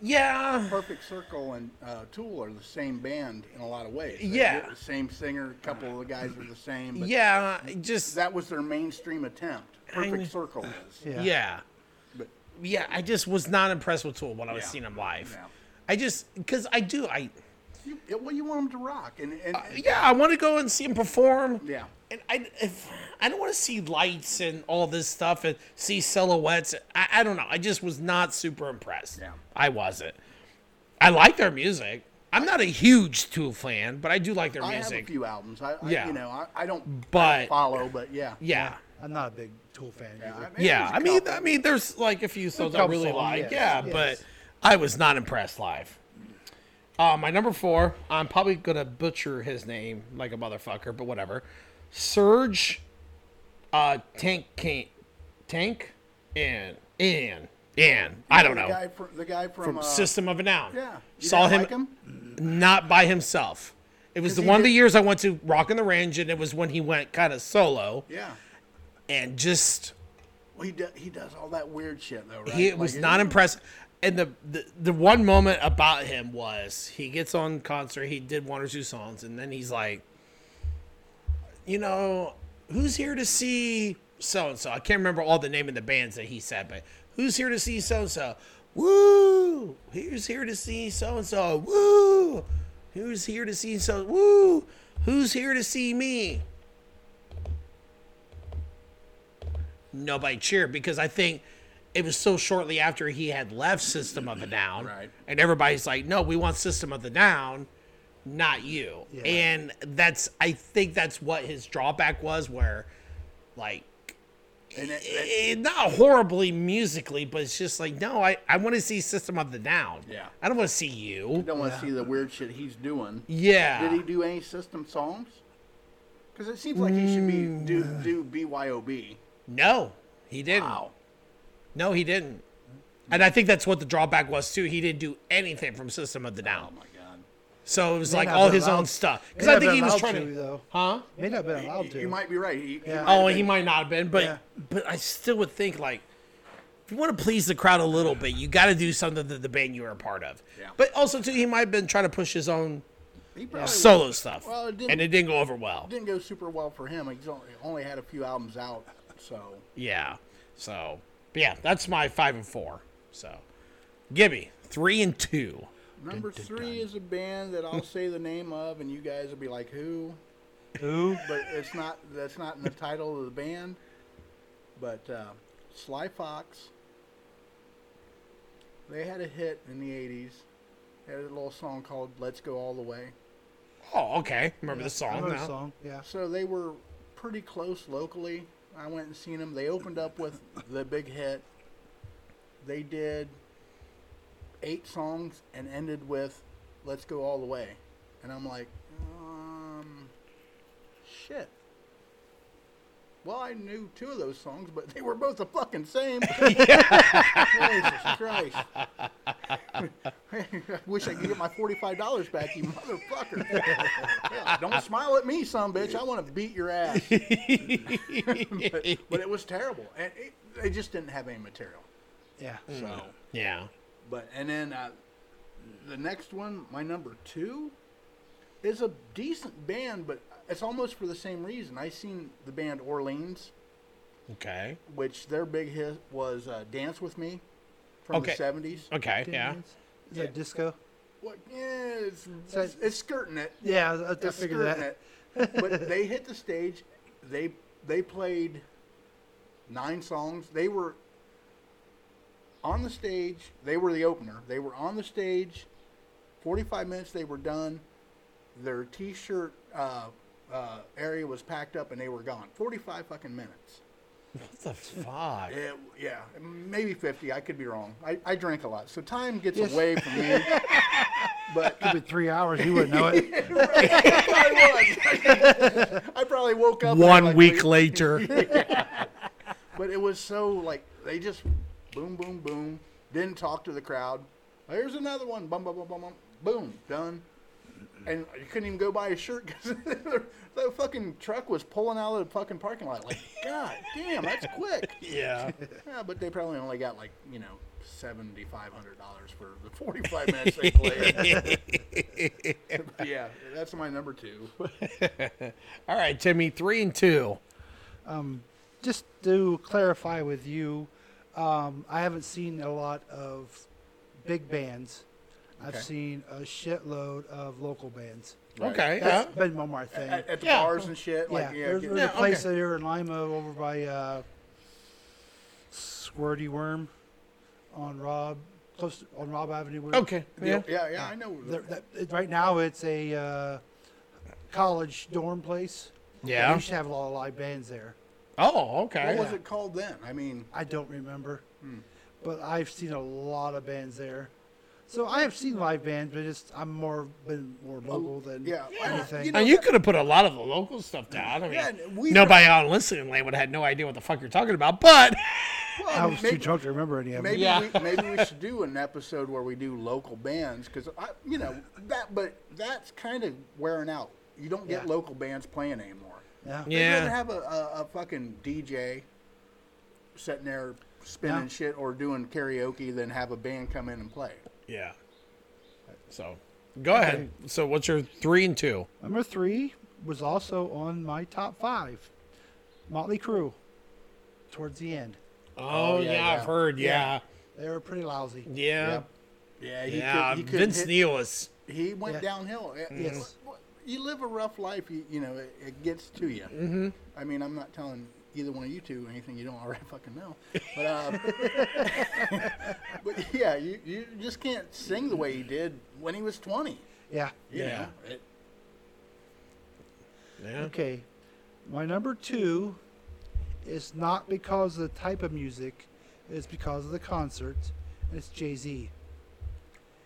Speaker 1: yeah.
Speaker 2: Perfect Circle and uh, Tool are the same band in a lot of ways. They-
Speaker 1: Yeah.
Speaker 2: they're The same singer, a couple of the guys are the same. But
Speaker 1: Yeah, it just
Speaker 2: That was their mainstream attempt. Perfect Circle is.
Speaker 3: Yeah.
Speaker 1: Yeah.
Speaker 2: But-
Speaker 1: yeah, I just was not impressed with Tool when I was
Speaker 2: Yeah.
Speaker 1: seeing them live.
Speaker 2: Yeah.
Speaker 1: I just because I do I
Speaker 2: You, it- well, you want them to rock. And, and,
Speaker 1: Uh, yeah I want to go and see them perform.
Speaker 2: Yeah.
Speaker 1: and I if I don't want to see lights and all this stuff and see silhouettes. I, I don't know. I just was not super impressed.
Speaker 2: Yeah.
Speaker 1: I wasn't. I like their music. I'm not a huge Tool fan, but I do like their
Speaker 2: I have a
Speaker 1: music.
Speaker 2: few albums. I, I
Speaker 1: Yeah.
Speaker 2: you know, I, I don't I
Speaker 1: But-
Speaker 2: follow, but yeah.
Speaker 1: Yeah.
Speaker 3: I'm not a big Tool fan
Speaker 2: I
Speaker 3: either.
Speaker 2: mean,
Speaker 1: Yeah,
Speaker 2: there's a
Speaker 1: I mean,
Speaker 2: couple.
Speaker 1: I mean, there's like a few songs I
Speaker 3: couple
Speaker 1: really
Speaker 3: songs,
Speaker 1: like.
Speaker 3: yes,
Speaker 1: yeah,
Speaker 3: yes.
Speaker 1: but I was not impressed live. Uh, my number four, I'm probably gonna butcher his name like a motherfucker, but whatever. Surge, uh, Tank, Can- Tank, and and and I don't
Speaker 2: the
Speaker 1: know.
Speaker 2: Guy from, the guy from, uh,
Speaker 1: System of a Down.
Speaker 2: Yeah. You
Speaker 1: saw
Speaker 2: didn't
Speaker 1: him,
Speaker 2: like him?
Speaker 1: not by himself. It was the
Speaker 2: he
Speaker 1: one of
Speaker 2: did-
Speaker 1: the years I went to Rockin' the Range, and it was when he went kind of solo
Speaker 2: Yeah.
Speaker 1: and just
Speaker 2: Well, he, do, he does all that weird shit, though, right?
Speaker 1: he
Speaker 2: Like,
Speaker 1: was
Speaker 2: it-
Speaker 1: not impressed. And the, the the one moment about him was he gets on concert, he did one or two songs, and then he's like, you know, who's here to see so and so? I can't remember all the name of the bands that he said, but who's here to see so and so? Woo! Who's here to see so and so? Woo! Who's here to see so? Woo! Who's here to see me? nobody cheered because I think it was so shortly after he had left System of a Down,
Speaker 2: Right.
Speaker 1: and everybody's like, "No, we want System of the Down, not you."
Speaker 3: Yeah.
Speaker 1: And that's I think that's what his drawback was, where like.
Speaker 2: And it- it-
Speaker 1: eh, not horribly musically, but it's just like no. I, I want to see System of the Down.
Speaker 2: Yeah.
Speaker 1: I don't want to see
Speaker 2: I
Speaker 1: you.
Speaker 2: don't want to see the weird shit he's doing.
Speaker 1: Yeah.
Speaker 2: Did he do any system songs? Because it seems like he should be do do BYOB.
Speaker 1: No, he didn't.
Speaker 2: Wow.
Speaker 1: No, he didn't. And I think that's what the drawback was too. He didn't do anything from System of the Down.
Speaker 2: Oh my god.
Speaker 1: So it was like
Speaker 3: not
Speaker 1: all
Speaker 3: been
Speaker 1: his own
Speaker 3: allowed-
Speaker 1: stuff.
Speaker 3: may
Speaker 1: Because
Speaker 3: not
Speaker 1: I
Speaker 3: have
Speaker 1: think
Speaker 3: been
Speaker 1: he was
Speaker 3: allowed
Speaker 1: trying to,
Speaker 3: to, though.
Speaker 1: huh?
Speaker 3: May not have been allowed to.
Speaker 2: You might be right. He, he
Speaker 3: Yeah.
Speaker 2: might
Speaker 1: Oh,
Speaker 2: have
Speaker 1: he
Speaker 2: been-
Speaker 1: might not have been, but
Speaker 3: Yeah.
Speaker 1: but I still would think like if you want to please the crowd a little bit, you got to do something that the band you were a part of.
Speaker 2: Yeah.
Speaker 1: But also too, he might have been trying to push his own
Speaker 3: Oh,
Speaker 2: he probably
Speaker 1: solo stuff,
Speaker 2: Well, it didn't-
Speaker 1: and it didn't go over well.
Speaker 2: didn't go super well for him. He's only, only had a few albums out, so
Speaker 1: Yeah. So but yeah, that's my five and four. So Gibby three and two.
Speaker 2: number three is a band that I'll say the name of, and you guys will be like, "Who?"
Speaker 3: Who?
Speaker 2: But it's not. That's not in the title of the band. But uh, Sly Fox, They had a hit in the '80s. They had a little song called "Let's Go All the Way."
Speaker 1: Oh, okay. Remember the
Speaker 3: I
Speaker 1: song
Speaker 3: remember
Speaker 1: now?
Speaker 3: the song. Yeah.
Speaker 2: So they were pretty close locally. I went and seen them. They opened up with the big hit. They did eight songs and ended with "Let's Go All the Way," and I'm like, um, shit. Well, I knew two of those songs, but they were both the fucking same. Jesus Christ! I wish I could get my forty-five dollars back, you motherfucker! Yeah, don't smile at me, son bitch. I want to beat your ass. but, but it was terrible, and it, they just didn't have any material.
Speaker 3: Yeah.
Speaker 2: So,
Speaker 1: Yeah.
Speaker 2: but and then uh, the next one, my number two, is a decent band, but it's almost for the same reason. I seen the band Orleans,
Speaker 1: Okay.
Speaker 2: which their big hit was uh, "Dance with Me" from
Speaker 1: Okay.
Speaker 2: the seventies.
Speaker 1: Okay.
Speaker 3: Didn't
Speaker 1: Yeah.
Speaker 3: it? Is that disco?
Speaker 2: What? Yeah, it's,
Speaker 3: So-
Speaker 2: it's, it's skirting it.
Speaker 3: Yeah, I, I
Speaker 2: It's skirting
Speaker 3: figured that.
Speaker 2: it. but they hit the stage. They they played nine songs. They were on the stage. They were the opener. They were on the stage. Forty-five minutes. They were done. Their T-shirt uh, uh, area was packed up, and they were gone. Forty-five fucking minutes.
Speaker 1: What the fuck?
Speaker 2: It, yeah, maybe fifty. I could be wrong. I, I drink a lot, so time gets
Speaker 3: Yes.
Speaker 2: away from me. but
Speaker 3: Could be three hours. You wouldn't know it.
Speaker 2: I was. I probably woke up
Speaker 1: One
Speaker 2: like,
Speaker 1: week
Speaker 2: "Wait."
Speaker 1: later.
Speaker 2: But it was so like they just boom, boom, boom. Didn't talk to the crowd. Here's another one. Bum, bum, bum, bum, bum. Boom, done. And you couldn't even go buy a shirt because the fucking truck was pulling out of the fucking parking lot. Like, god damn, that's quick.
Speaker 1: yeah.
Speaker 2: Yeah, but they probably only got like you know seventy five hundred dollars for the forty five minutes they played. yeah, that's my number two.
Speaker 1: All right, Timmy. Three and two.
Speaker 3: Just to clarify with you, um, I haven't seen a lot of big bands. I've
Speaker 2: Okay.
Speaker 3: seen a shitload of local bands.
Speaker 1: Okay.
Speaker 3: That's
Speaker 1: yeah.
Speaker 3: been one more thing.
Speaker 2: At, at the
Speaker 1: Yeah.
Speaker 2: bars and shit.
Speaker 3: yeah,
Speaker 2: Like, yeah,
Speaker 3: there's,
Speaker 2: get-
Speaker 3: there's
Speaker 1: Yeah,
Speaker 3: a
Speaker 1: okay.
Speaker 3: place there in Lima over by uh, Squirty Worm on Rob, close to, on Rob Avenue. where-
Speaker 1: Okay. Yeah.
Speaker 2: yeah, yeah, I know.
Speaker 3: there- that- it- right now, it's a uh, college dorm place.
Speaker 1: Yeah.
Speaker 3: we should have a lot of live bands there.
Speaker 1: Oh,
Speaker 2: what
Speaker 1: okay.
Speaker 2: was it called then? I mean,
Speaker 3: I don't remember,
Speaker 2: Hmm.
Speaker 3: but I've seen a lot of bands there. So I have seen live bands, but just I'm more been more local than
Speaker 2: yeah. I-
Speaker 3: anything.
Speaker 2: you know,
Speaker 1: And you could have put a lot of the local stuff down. I mean,
Speaker 2: Yeah, we-
Speaker 1: nobody on listening lane would have had no idea what the fuck you're talking about. But
Speaker 2: well,
Speaker 3: I was
Speaker 2: maybe,
Speaker 3: too drunk to remember any of them.
Speaker 2: Maybe
Speaker 1: Yeah.
Speaker 2: we, maybe we should do an episode where we do local bands because I, you know, that. But that's kind of wearing out. You don't get
Speaker 3: Yeah.
Speaker 2: local bands playing anymore.
Speaker 3: Yeah.
Speaker 1: Yeah.
Speaker 2: I'd rather have a, a, a fucking DJ sitting there spinning
Speaker 3: Yeah.
Speaker 2: shit or doing karaoke than have a band come in and play.
Speaker 1: yeah. So, go ahead. So, what's your three and two?
Speaker 3: Number three was also on my top five, Motley Crue. Towards the end,
Speaker 1: Oh, yeah,
Speaker 2: yeah,
Speaker 1: I've
Speaker 2: yeah.
Speaker 1: heard. Yeah.
Speaker 3: they were pretty lousy.
Speaker 1: Yeah.
Speaker 2: Yep. Yeah, he
Speaker 1: yeah.
Speaker 2: could, he could
Speaker 1: Vince
Speaker 2: hit-
Speaker 1: Neil is.
Speaker 2: he went
Speaker 3: Yeah.
Speaker 2: downhill. It-
Speaker 3: Yes.
Speaker 2: it's- You live a rough life, you, you know, it, it gets to you. Mm-hmm. I mean, I'm not telling either one of you two anything you don't already fucking know. But, uh, but yeah, you, you just can't sing the way he did when he was 20. you
Speaker 3: Yeah.
Speaker 1: Yeah.
Speaker 2: know? It-
Speaker 1: Yeah.
Speaker 3: Okay. My number two is not because of the type of music, it's because of the concert, and it's Jay Z.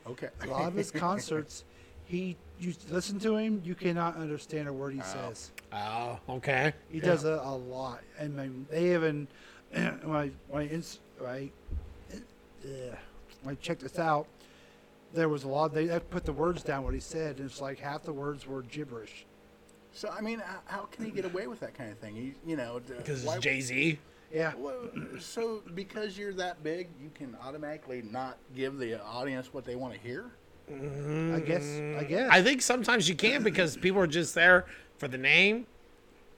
Speaker 2: okay.
Speaker 3: A lot of his concerts, he you listen to him, you cannot understand a word he says.
Speaker 1: Oh, okay.
Speaker 3: He does a, a lot, and my, they even my my ins my, uh, when I checked this out. There was a lot. They I put the words down what he said, and it's like half the words were gibberish.
Speaker 2: So, I mean, how- how can he get away with that kind of thing? You, you know, the-
Speaker 1: Because
Speaker 2: why-
Speaker 1: it's Jay Z.
Speaker 3: Yeah,
Speaker 2: Well, so because you're that big, you can automatically not give the audience what they want to hear.
Speaker 3: I guess. I
Speaker 2: Mm.
Speaker 3: guess.
Speaker 1: I think sometimes you can because people are just there for the name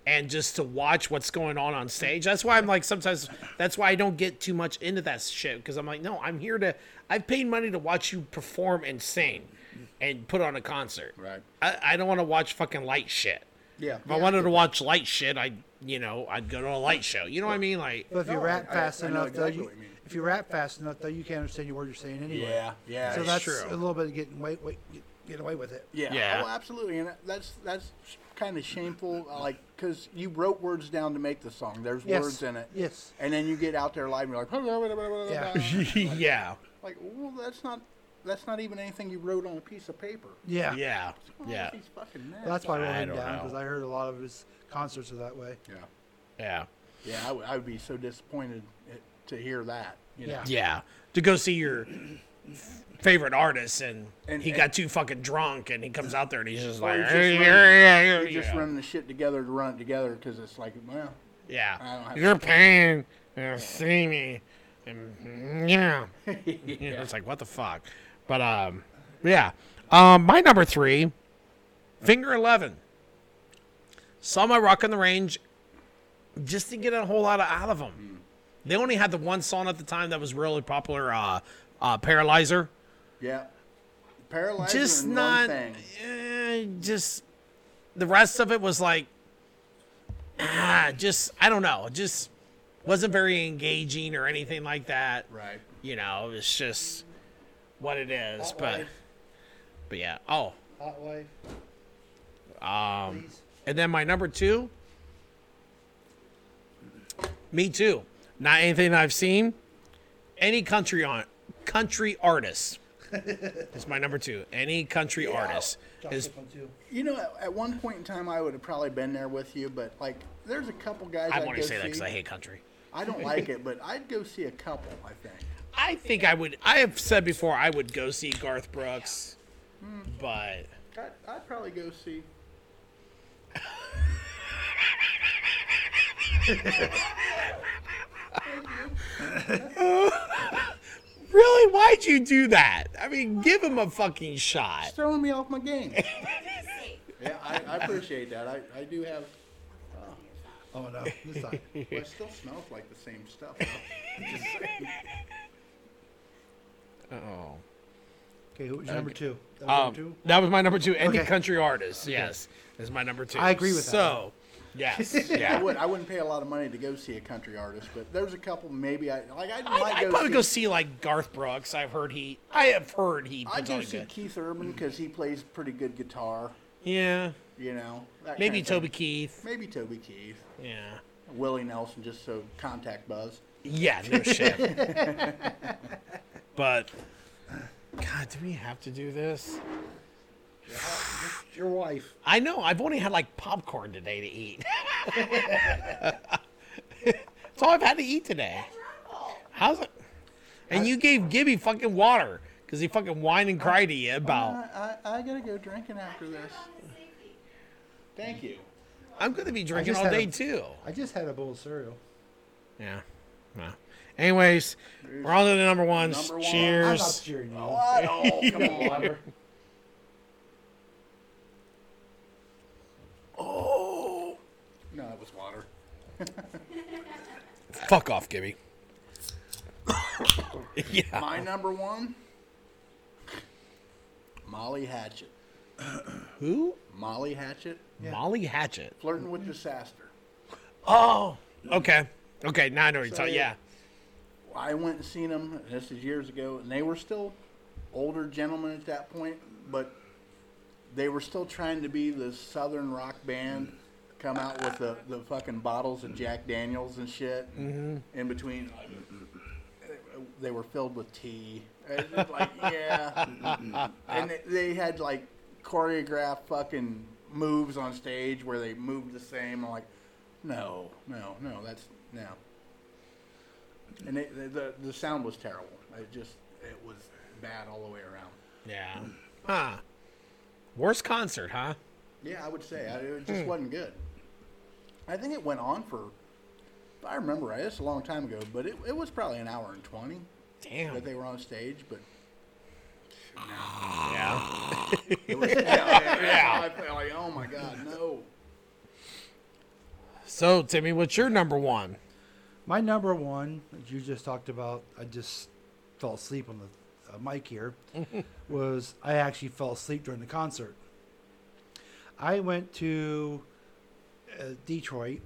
Speaker 1: and just to watch what's going on on stage. That's why I'm like sometimes that's why I don't get too much into that shit because I'm like, no, I'm here to I've paid money to watch you perform and sing and put on a concert.
Speaker 2: Right.
Speaker 1: I, I don't want to watch fucking light shit.
Speaker 2: Yeah.
Speaker 1: If I wanted to watch light shit, I'd you know I'd go to a light show. You know what I mean? Like
Speaker 3: But if you
Speaker 2: No,
Speaker 3: rap
Speaker 2: I- I-
Speaker 3: fast
Speaker 2: I know
Speaker 3: enough, though,
Speaker 2: exactly
Speaker 3: you,
Speaker 2: what you mean.
Speaker 3: if you rap fast enough, though, you can't understand your word you're saying anyway.
Speaker 2: Yeah, yeah,
Speaker 3: So
Speaker 1: That's
Speaker 3: that's
Speaker 1: true.
Speaker 3: a little bit of getting away, wait, get- getting away with it.
Speaker 2: yeah,
Speaker 1: Yeah.
Speaker 2: Oh, absolutely, and that's that's kind of shameful, like because you wrote words down to make the song. There's
Speaker 3: Yes.
Speaker 2: words in it,
Speaker 3: Yes.
Speaker 2: and then you get out there live and you're like,
Speaker 3: Yeah.
Speaker 1: yeah.
Speaker 2: like, well, that's not that's not even anything you wrote on a piece of paper.
Speaker 3: Yeah.
Speaker 1: Yeah.
Speaker 2: Oh,
Speaker 1: Yeah.
Speaker 2: he's fucking mad.
Speaker 3: Well, that's why I wrote
Speaker 1: I
Speaker 3: him
Speaker 1: don't
Speaker 3: down
Speaker 1: know.
Speaker 3: because I heard a lot of his concerts are that way.
Speaker 2: yeah,
Speaker 1: Yeah.
Speaker 2: yeah. I, w- I would be so disappointed it, to hear that. You know?
Speaker 3: Yeah.
Speaker 1: Yeah. To go see your favorite artist and,
Speaker 2: And-
Speaker 1: he
Speaker 2: and-
Speaker 1: got too fucking drunk and he comes out there and he's just
Speaker 2: Or
Speaker 1: like
Speaker 2: he's just
Speaker 1: yeah.
Speaker 2: You're just running the shit together to run it together because it's like, well, I don't
Speaker 1: yeah.
Speaker 2: have-
Speaker 1: You're paying to see me. And mm, yeah. You know, It's like what the fuck. But um yeah. Um my number 3 Finger 11. Saw my rock on the range just didn't get a whole lot out of
Speaker 2: Hmm.
Speaker 1: them. They only had the one song at the time that was really popular uh uh Paralyzer.
Speaker 2: yeah. Paralyzed
Speaker 1: just
Speaker 2: in
Speaker 1: not
Speaker 2: one thing.
Speaker 1: eh, just the rest of it was like ah, just i don't know just wasn't very engaging or anything like that
Speaker 2: Right.
Speaker 1: you know it's just what it is, but
Speaker 3: wife.
Speaker 1: but yeah oh
Speaker 3: Hot wife. Um.
Speaker 1: and then my number two me too not anything i've seen any country on country artist is my number two any country artist is
Speaker 2: You know, at, at one point in time, I would have probably been there with you, but like, there's a couple guys
Speaker 1: i
Speaker 2: I'd
Speaker 1: want
Speaker 2: go
Speaker 1: to say that because
Speaker 2: see.
Speaker 1: i hate country
Speaker 2: I don't like it, but I'd go see a couple. I think.
Speaker 1: I think I would. I have said before I would go see Garth Brooks, but
Speaker 2: I'd, I'd probably go see.
Speaker 1: really, why'd you do that? I mean, give him a fucking shot.
Speaker 2: It's throwing me off my game. yeah, I, I appreciate that. I, I do have.
Speaker 3: Oh no. This time.
Speaker 2: Well, it still smells like the same stuff. though. Just saying.
Speaker 1: Oh,
Speaker 3: Okay. Who was your number two? That was
Speaker 1: um,
Speaker 3: number two?
Speaker 1: that was my number two. Any
Speaker 3: Okay.
Speaker 1: country artist, yes, is my number two.
Speaker 3: I agree with that.
Speaker 1: so, yes,
Speaker 2: I
Speaker 1: yeah.
Speaker 2: would. I wouldn't pay a lot of money to go see a country artist, but there's a couple. Maybe I like. I
Speaker 1: I,
Speaker 2: might
Speaker 1: I'd
Speaker 2: go
Speaker 1: probably
Speaker 2: see,
Speaker 1: go see like Garth Brooks. I've heard he. I have heard he
Speaker 2: I'd
Speaker 1: puts on
Speaker 2: go
Speaker 1: a
Speaker 2: see
Speaker 1: good.
Speaker 2: Keith Urban because he plays pretty good guitar.
Speaker 1: Yeah,
Speaker 2: You know. that
Speaker 1: maybe
Speaker 2: kind of thing.
Speaker 1: Toby Keith.
Speaker 2: Maybe Toby Keith.
Speaker 1: Yeah.
Speaker 2: Willie Nelson, just so contact buzz.
Speaker 1: Yeah, no shit. but God, do we have to do this?
Speaker 3: Your wife.
Speaker 1: I know. I've only had like popcorn today to eat. That's all I've had to eat today. How's it? And you gave Gibby fucking water because he fucking whined and cried to you
Speaker 3: Uh,
Speaker 1: about.
Speaker 2: I, I, I gotta go drinking after this. Thank you.
Speaker 1: I'm gonna be drinking
Speaker 3: just
Speaker 1: all
Speaker 3: had
Speaker 1: day
Speaker 3: a-
Speaker 1: too.
Speaker 3: I just had a bowl of cereal.
Speaker 1: Yeah. Well. Anyways, we're on to the number ones.
Speaker 2: Number one.
Speaker 3: I'm not
Speaker 1: Cheers.
Speaker 3: cheering you.
Speaker 2: What? Oh, come on.
Speaker 1: Oh.
Speaker 2: No, that was water.
Speaker 1: Fuck off, Gibby. yeah.
Speaker 2: My number one, Molly Hatchet.
Speaker 1: Who?
Speaker 2: Molly Hatchet,
Speaker 1: Molly Hatchet.
Speaker 2: flirting with disaster.
Speaker 1: Oh. Okay. Okay. Now I know what you're talking. Yeah.
Speaker 2: yeah. I went and seen them. This is years ago, and they were still older gentlemen at that point, but they were still trying to be the southern rock band. Come out with the, the fucking bottles of Jack Daniels and shit. In between, they were filled with tea. And it's like yeah, and they, they had like choreographed fucking moves on stage where they moved the same. I'm like, no, no, no, that's no and it, the, the the sound was terrible. It just it was bad all the way around.
Speaker 1: Yeah. Huh. Worst concert, huh?
Speaker 2: Yeah, I would say I, it just wasn't good. I think it went on for. if I remember right. It's a long time ago, but it, it was probably an hour and twenty
Speaker 1: Damn.
Speaker 2: that they were on stage. But
Speaker 1: Yeah.
Speaker 2: it was, yeah, yeah, yeah. I felt like, oh my god, no.
Speaker 1: So Timmy, what's your number one?
Speaker 3: My number one, as you just talked about, I just fell asleep on the uh, mic here, was I actually fell asleep during the concert. I went to uh, Detroit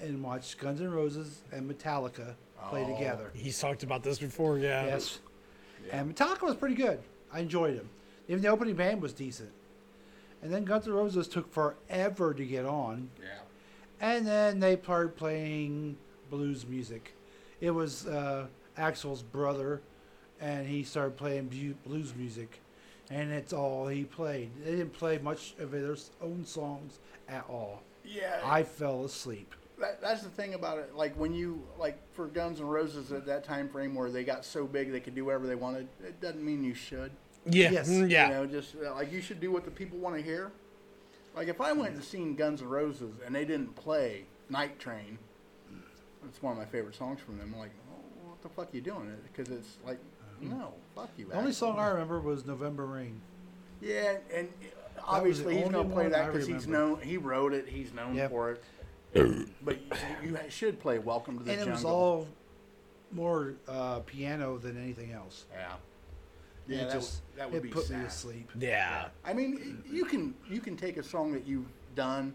Speaker 3: and watched Guns N' Roses and Metallica play together.
Speaker 1: He's talked about this before, yeah.
Speaker 3: Yes. And Metallica was pretty good. I enjoyed him. Even the opening band was decent. And then Guns N' Roses took forever to get on.
Speaker 2: Yeah.
Speaker 3: And then they started playing blues music. It was uh, Axel's brother, and he started playing bu- blues music. And it's all he played. They didn't play much of their s- own songs at all.
Speaker 2: Yeah.
Speaker 3: I fell asleep.
Speaker 2: That, that's the thing about it. Like when you like for Guns N' Roses at that time frame where they got so big they could do whatever they wanted. It doesn't mean you should.
Speaker 1: Yeah.
Speaker 3: Yes.
Speaker 1: mm, yeah.
Speaker 2: You know, just uh, like you should do what the people want to hear. Like if I went and seen Guns N' Roses and they didn't play Night Train, it's one of my favorite songs from them. I'm like, oh, what the fuck you doing? Because it's like, no, fuck you.
Speaker 3: Uh-huh. The only
Speaker 2: Axl.
Speaker 3: song I remember was November Rain.
Speaker 2: Yeah, and obviously he's
Speaker 3: only
Speaker 2: gonna play
Speaker 3: one
Speaker 2: that
Speaker 3: I
Speaker 2: because he's
Speaker 3: remember.
Speaker 2: known. He wrote it. He's known
Speaker 3: Yep.
Speaker 2: for it. but you, you should play Welcome to the
Speaker 3: And it
Speaker 2: Jungle.
Speaker 3: was all more uh, piano than anything else.
Speaker 2: Yeah.
Speaker 3: And
Speaker 2: Yeah,
Speaker 3: it
Speaker 2: that,
Speaker 3: just
Speaker 2: would, that would
Speaker 3: it
Speaker 2: be
Speaker 3: put
Speaker 2: sad.
Speaker 3: me to sleep.
Speaker 1: Yeah.
Speaker 2: I mean, y- you can you can take a song that you've done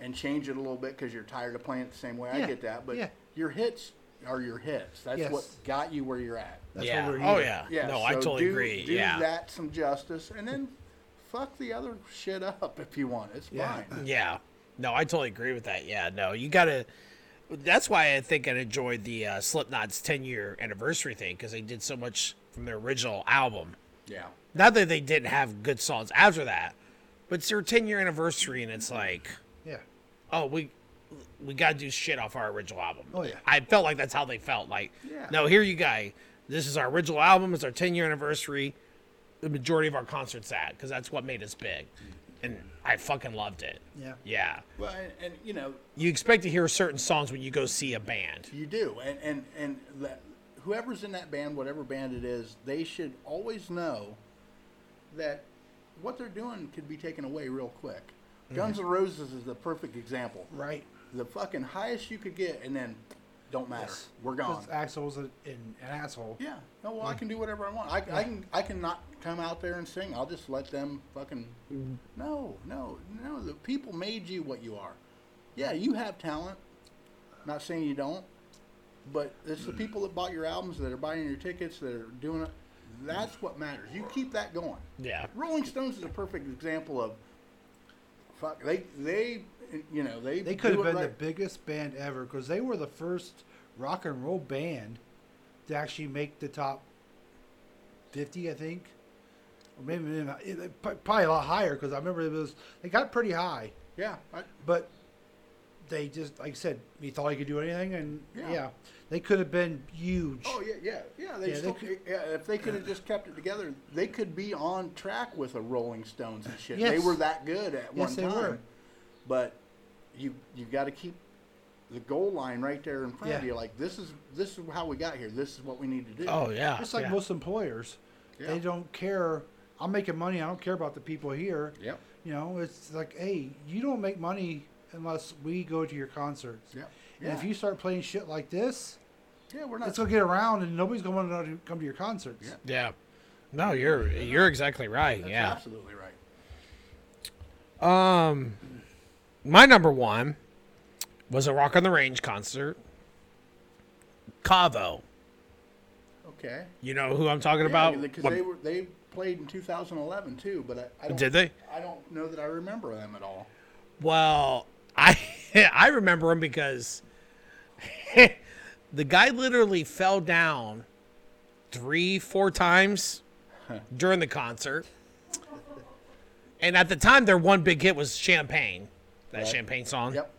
Speaker 2: and change it a little bit because you're tired of playing it the same way.
Speaker 3: Yeah,
Speaker 2: I get that, but
Speaker 3: yeah.
Speaker 2: your hits are your hits. That's what
Speaker 3: Yes.
Speaker 2: got you where you're at.
Speaker 3: That's
Speaker 1: yeah.
Speaker 3: what we're
Speaker 1: oh
Speaker 3: here.
Speaker 1: yeah.
Speaker 2: Yeah.
Speaker 1: no, I
Speaker 2: so
Speaker 1: totally
Speaker 2: do,
Speaker 1: agree.
Speaker 2: Do
Speaker 1: yeah.
Speaker 2: that some justice, and then fuck the other shit up if you want. It's
Speaker 3: Yeah.
Speaker 2: fine.
Speaker 1: Yeah. No, I totally agree with that. Yeah. No, you gotta. That's why I think I enjoyed the uh, Slipknot's 10 year anniversary thing because they did so much from their original album.
Speaker 2: Yeah.
Speaker 1: Not that they didn't have good songs after that, but it's their 10 year anniversary, and it's like,
Speaker 3: Yeah.
Speaker 1: oh, we we gotta do shit off our original album.
Speaker 3: Oh, yeah.
Speaker 1: I felt like that's how they felt. Like,
Speaker 2: Yeah.
Speaker 1: no, here you guy, this is our original album. It's our 10 year anniversary. The majority of our concerts at because that's what made us big, and I fucking loved it.
Speaker 3: Yeah.
Speaker 1: Yeah.
Speaker 2: Well, and, and you know,
Speaker 1: You expect to hear certain songs when you go see a band.
Speaker 2: You do, and and and that, whoever's in that band, whatever band it is, they should always know that what they're doing could be taken away real quick. Guns N' Roses is the perfect example.
Speaker 3: Mm-hmm. Right.
Speaker 2: The fucking highest you could get, and then don't matter.
Speaker 3: Yes.
Speaker 2: We're gone.
Speaker 3: Because Axel was a, an, an asshole.
Speaker 2: yeah. No, well, I can do whatever I want. I, I can. I can not come out there and sing. I'll just let them fucking.
Speaker 3: Mm-hmm.
Speaker 2: No, no, no. The people made you what you are. Yeah, you have talent. Not saying you don't, but it's the people that bought your albums, that are buying your tickets, that are doing it. That's what matters. You keep that going.
Speaker 1: Yeah.
Speaker 2: Rolling Stones is a perfect example of. Fuck. They they you know they
Speaker 3: They could
Speaker 2: do
Speaker 3: have
Speaker 2: it
Speaker 3: been
Speaker 2: right.
Speaker 3: the biggest band ever because they were the first rock and roll band to actually make the top 50, I think. Or maybe, maybe not- it- it- pro- probably a lot higher because I remember it was, they got pretty high,
Speaker 2: yeah. I,
Speaker 3: but they just, like I said, he thought he could do anything. And yeah,
Speaker 2: Yeah.
Speaker 3: they could have been huge.
Speaker 2: Oh yeah, yeah, yeah. They
Speaker 3: Yeah, they
Speaker 2: still,
Speaker 3: could-
Speaker 2: yeah, if they could have just kept it together, they could be on track with the Rolling Stones and shit. They
Speaker 3: Yes.
Speaker 2: were that good at one
Speaker 3: Yes, they
Speaker 2: time.
Speaker 3: were.
Speaker 2: But you you got to keep the goal line right there in front of
Speaker 3: Yeah.
Speaker 2: you. Like this is this is how we got here. This is what we need to do.
Speaker 1: Oh yeah.
Speaker 3: Just like
Speaker 1: yeah.
Speaker 3: most employers,
Speaker 2: Yeah.
Speaker 3: they don't care. I'm making money. I don't care about the people here.
Speaker 2: Yep.
Speaker 3: You know, it's like, hey, you don't make money unless we go to your concerts.
Speaker 2: Yep.
Speaker 3: And if
Speaker 2: Yeah.
Speaker 3: you start playing shit like this,
Speaker 2: Yeah, we're not.
Speaker 3: it's gonna get around, and nobody's gonna want to come to your concerts.
Speaker 2: Yeah.
Speaker 1: Yeah. No, you're you're exactly right.
Speaker 2: that's
Speaker 1: yeah.
Speaker 2: absolutely right.
Speaker 1: My number one was a Rock on the Range concert. Cavo.
Speaker 2: Okay.
Speaker 1: You know who I'm talking about?
Speaker 2: because
Speaker 1: What-
Speaker 2: they were they played in 2011 too, but I, I don't,
Speaker 1: Did they?
Speaker 2: I don't know that I remember them at all.
Speaker 1: Well, I I remember him because the guy literally fell down three, four times during the concert. And at the time, their one big hit was "Champagne," that Champagne song.
Speaker 2: Yep.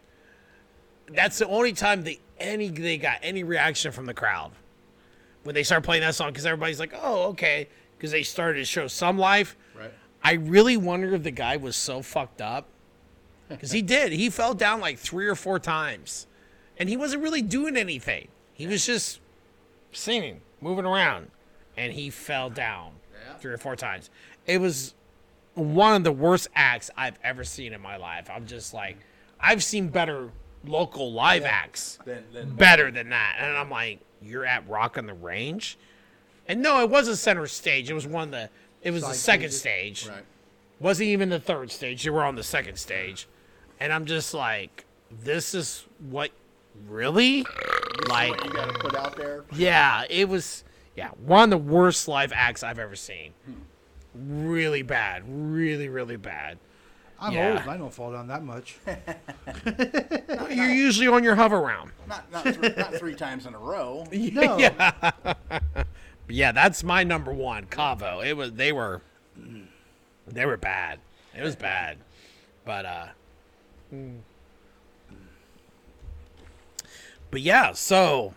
Speaker 1: That's the only time they any they got any reaction from the crowd when they started playing that song because everybody's like, "Oh, okay," because they started to show some life.
Speaker 2: Right.
Speaker 1: I really wonder if the guy was so fucked up because he did. He fell down like three or four times, and he wasn't really doing anything. He was just singing, moving around, and he fell down
Speaker 2: Yeah.
Speaker 1: three or four times. It was one of the worst acts I've ever seen in my life. I'm just like, I've seen better local live acts
Speaker 2: Then then
Speaker 1: better than that. And I'm like, you're at Rock on the Range? And no, it wasn't center stage. It was one of the it was the
Speaker 3: Side
Speaker 1: second
Speaker 3: stages.
Speaker 1: stage.
Speaker 2: right.
Speaker 1: Wasn't even the third stage. They were on the second stage. And I'm just like, this is what really?
Speaker 2: This is
Speaker 1: Like,
Speaker 2: what you got to put out there.
Speaker 1: yeah, it was yeah, one of the worst live acts I've ever seen. Really bad, really really bad.
Speaker 3: I'm
Speaker 1: Yeah.
Speaker 3: old. and I don't fall down that much.
Speaker 1: You're usually on your hover round.
Speaker 2: Not not three, not three times in a row.
Speaker 3: No,
Speaker 1: Yeah, that's my number one, Cavo. It was they were they were bad. It was bad. But uh But yeah, so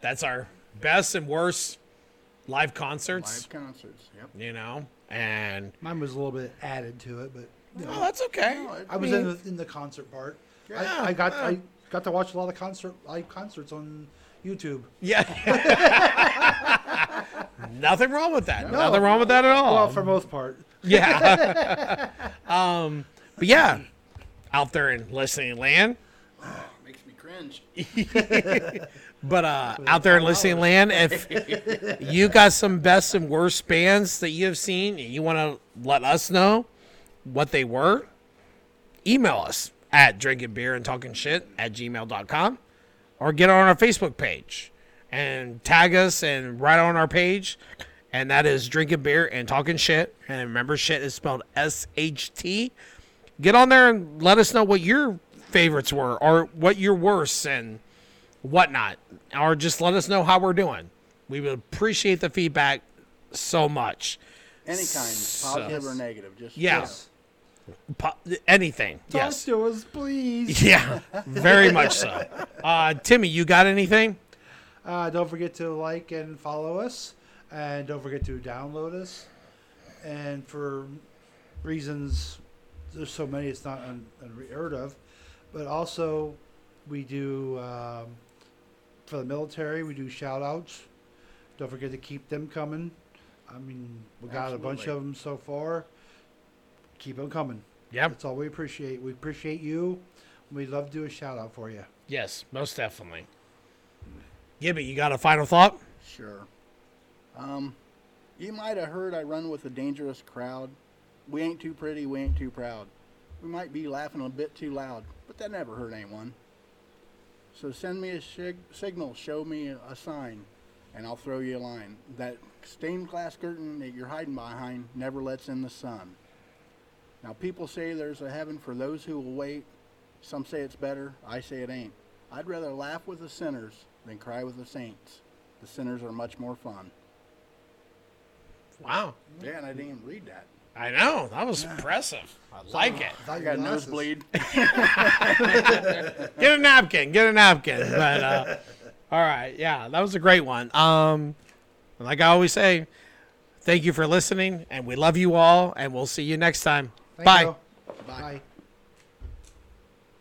Speaker 1: that's our best and worst live concerts,
Speaker 2: Live concerts. Yep.
Speaker 1: you know. And
Speaker 3: mine was a little bit added to it, but you know,
Speaker 1: oh, that's okay.
Speaker 2: No, it-
Speaker 3: I was
Speaker 1: mean-
Speaker 3: in the, in the concert part.
Speaker 1: Yeah,
Speaker 3: I, I got
Speaker 1: yeah.
Speaker 3: I got to watch a lot of concert live concerts on YouTube.
Speaker 1: Yeah. Nothing wrong with that.
Speaker 2: No.
Speaker 1: Nothing wrong with that at all.
Speaker 3: Well, for most part,
Speaker 1: Yeah. um, but yeah, out there in listening land.
Speaker 2: Makes me cringe.
Speaker 1: But uh, out there in listening land, if you got some best and worst bands that you have seen and you want to let us know what they were, email us at drinking beer and talking shit at gmail.com or get on our Facebook page and tag us and write on our page. And that is drinking beer and talking shit. And remember, shit is spelled S H T. Get on there and let us know what your favorites were or what your worst and whatnot, or just let us know how we're doing. We would appreciate the feedback so much.
Speaker 2: Any kind, positive or negative. Just
Speaker 1: Yeah.
Speaker 2: just-
Speaker 1: Po- anything. yes.
Speaker 3: talk to us, please.
Speaker 1: Yeah. Very much so. Uh, Timmy, you got anything?
Speaker 3: Uh, don't forget to like and follow us, and don't forget to download us. And for reasons, there's so many it's not un- unheard of, but also we do um, for the military we do shout outs. Don't forget to keep them coming. I mean, we got a bunch
Speaker 2: Absolutely.
Speaker 3: of them so far. Keep them coming.
Speaker 1: Yep.
Speaker 3: That's all we appreciate. We appreciate you. We'd love to do a shout out for you.
Speaker 1: Yes, most definitely. Gibby, you got a final thought?
Speaker 2: Sure. Um, you might have heard I run with a dangerous crowd. We ain't too pretty. We ain't too proud. We might be laughing a bit too loud, but that never hurt anyone. So send me a sig- signal, show me a sign, and I'll throw you a line. That stained glass curtain that you're hiding behind never lets in the sun. Now, people say there's a heaven for those who will wait. Some say it's better. I say it ain't. I'd rather laugh with the sinners than cry with the saints. The sinners are much more fun.
Speaker 1: Wow.
Speaker 2: Yeah, and I didn't even read that.
Speaker 1: I know. That was impressive. I like it.
Speaker 3: Without
Speaker 2: I
Speaker 3: your
Speaker 2: got a
Speaker 3: glasses.
Speaker 2: nosebleed.
Speaker 1: Get a napkin. Get a napkin. But uh, all right, yeah, that was a great one. Um, like I always say, thank you for listening, and we love you all, and we'll see you next time.
Speaker 3: Thank
Speaker 1: Bye.
Speaker 3: you.
Speaker 2: Bye.
Speaker 3: Bye.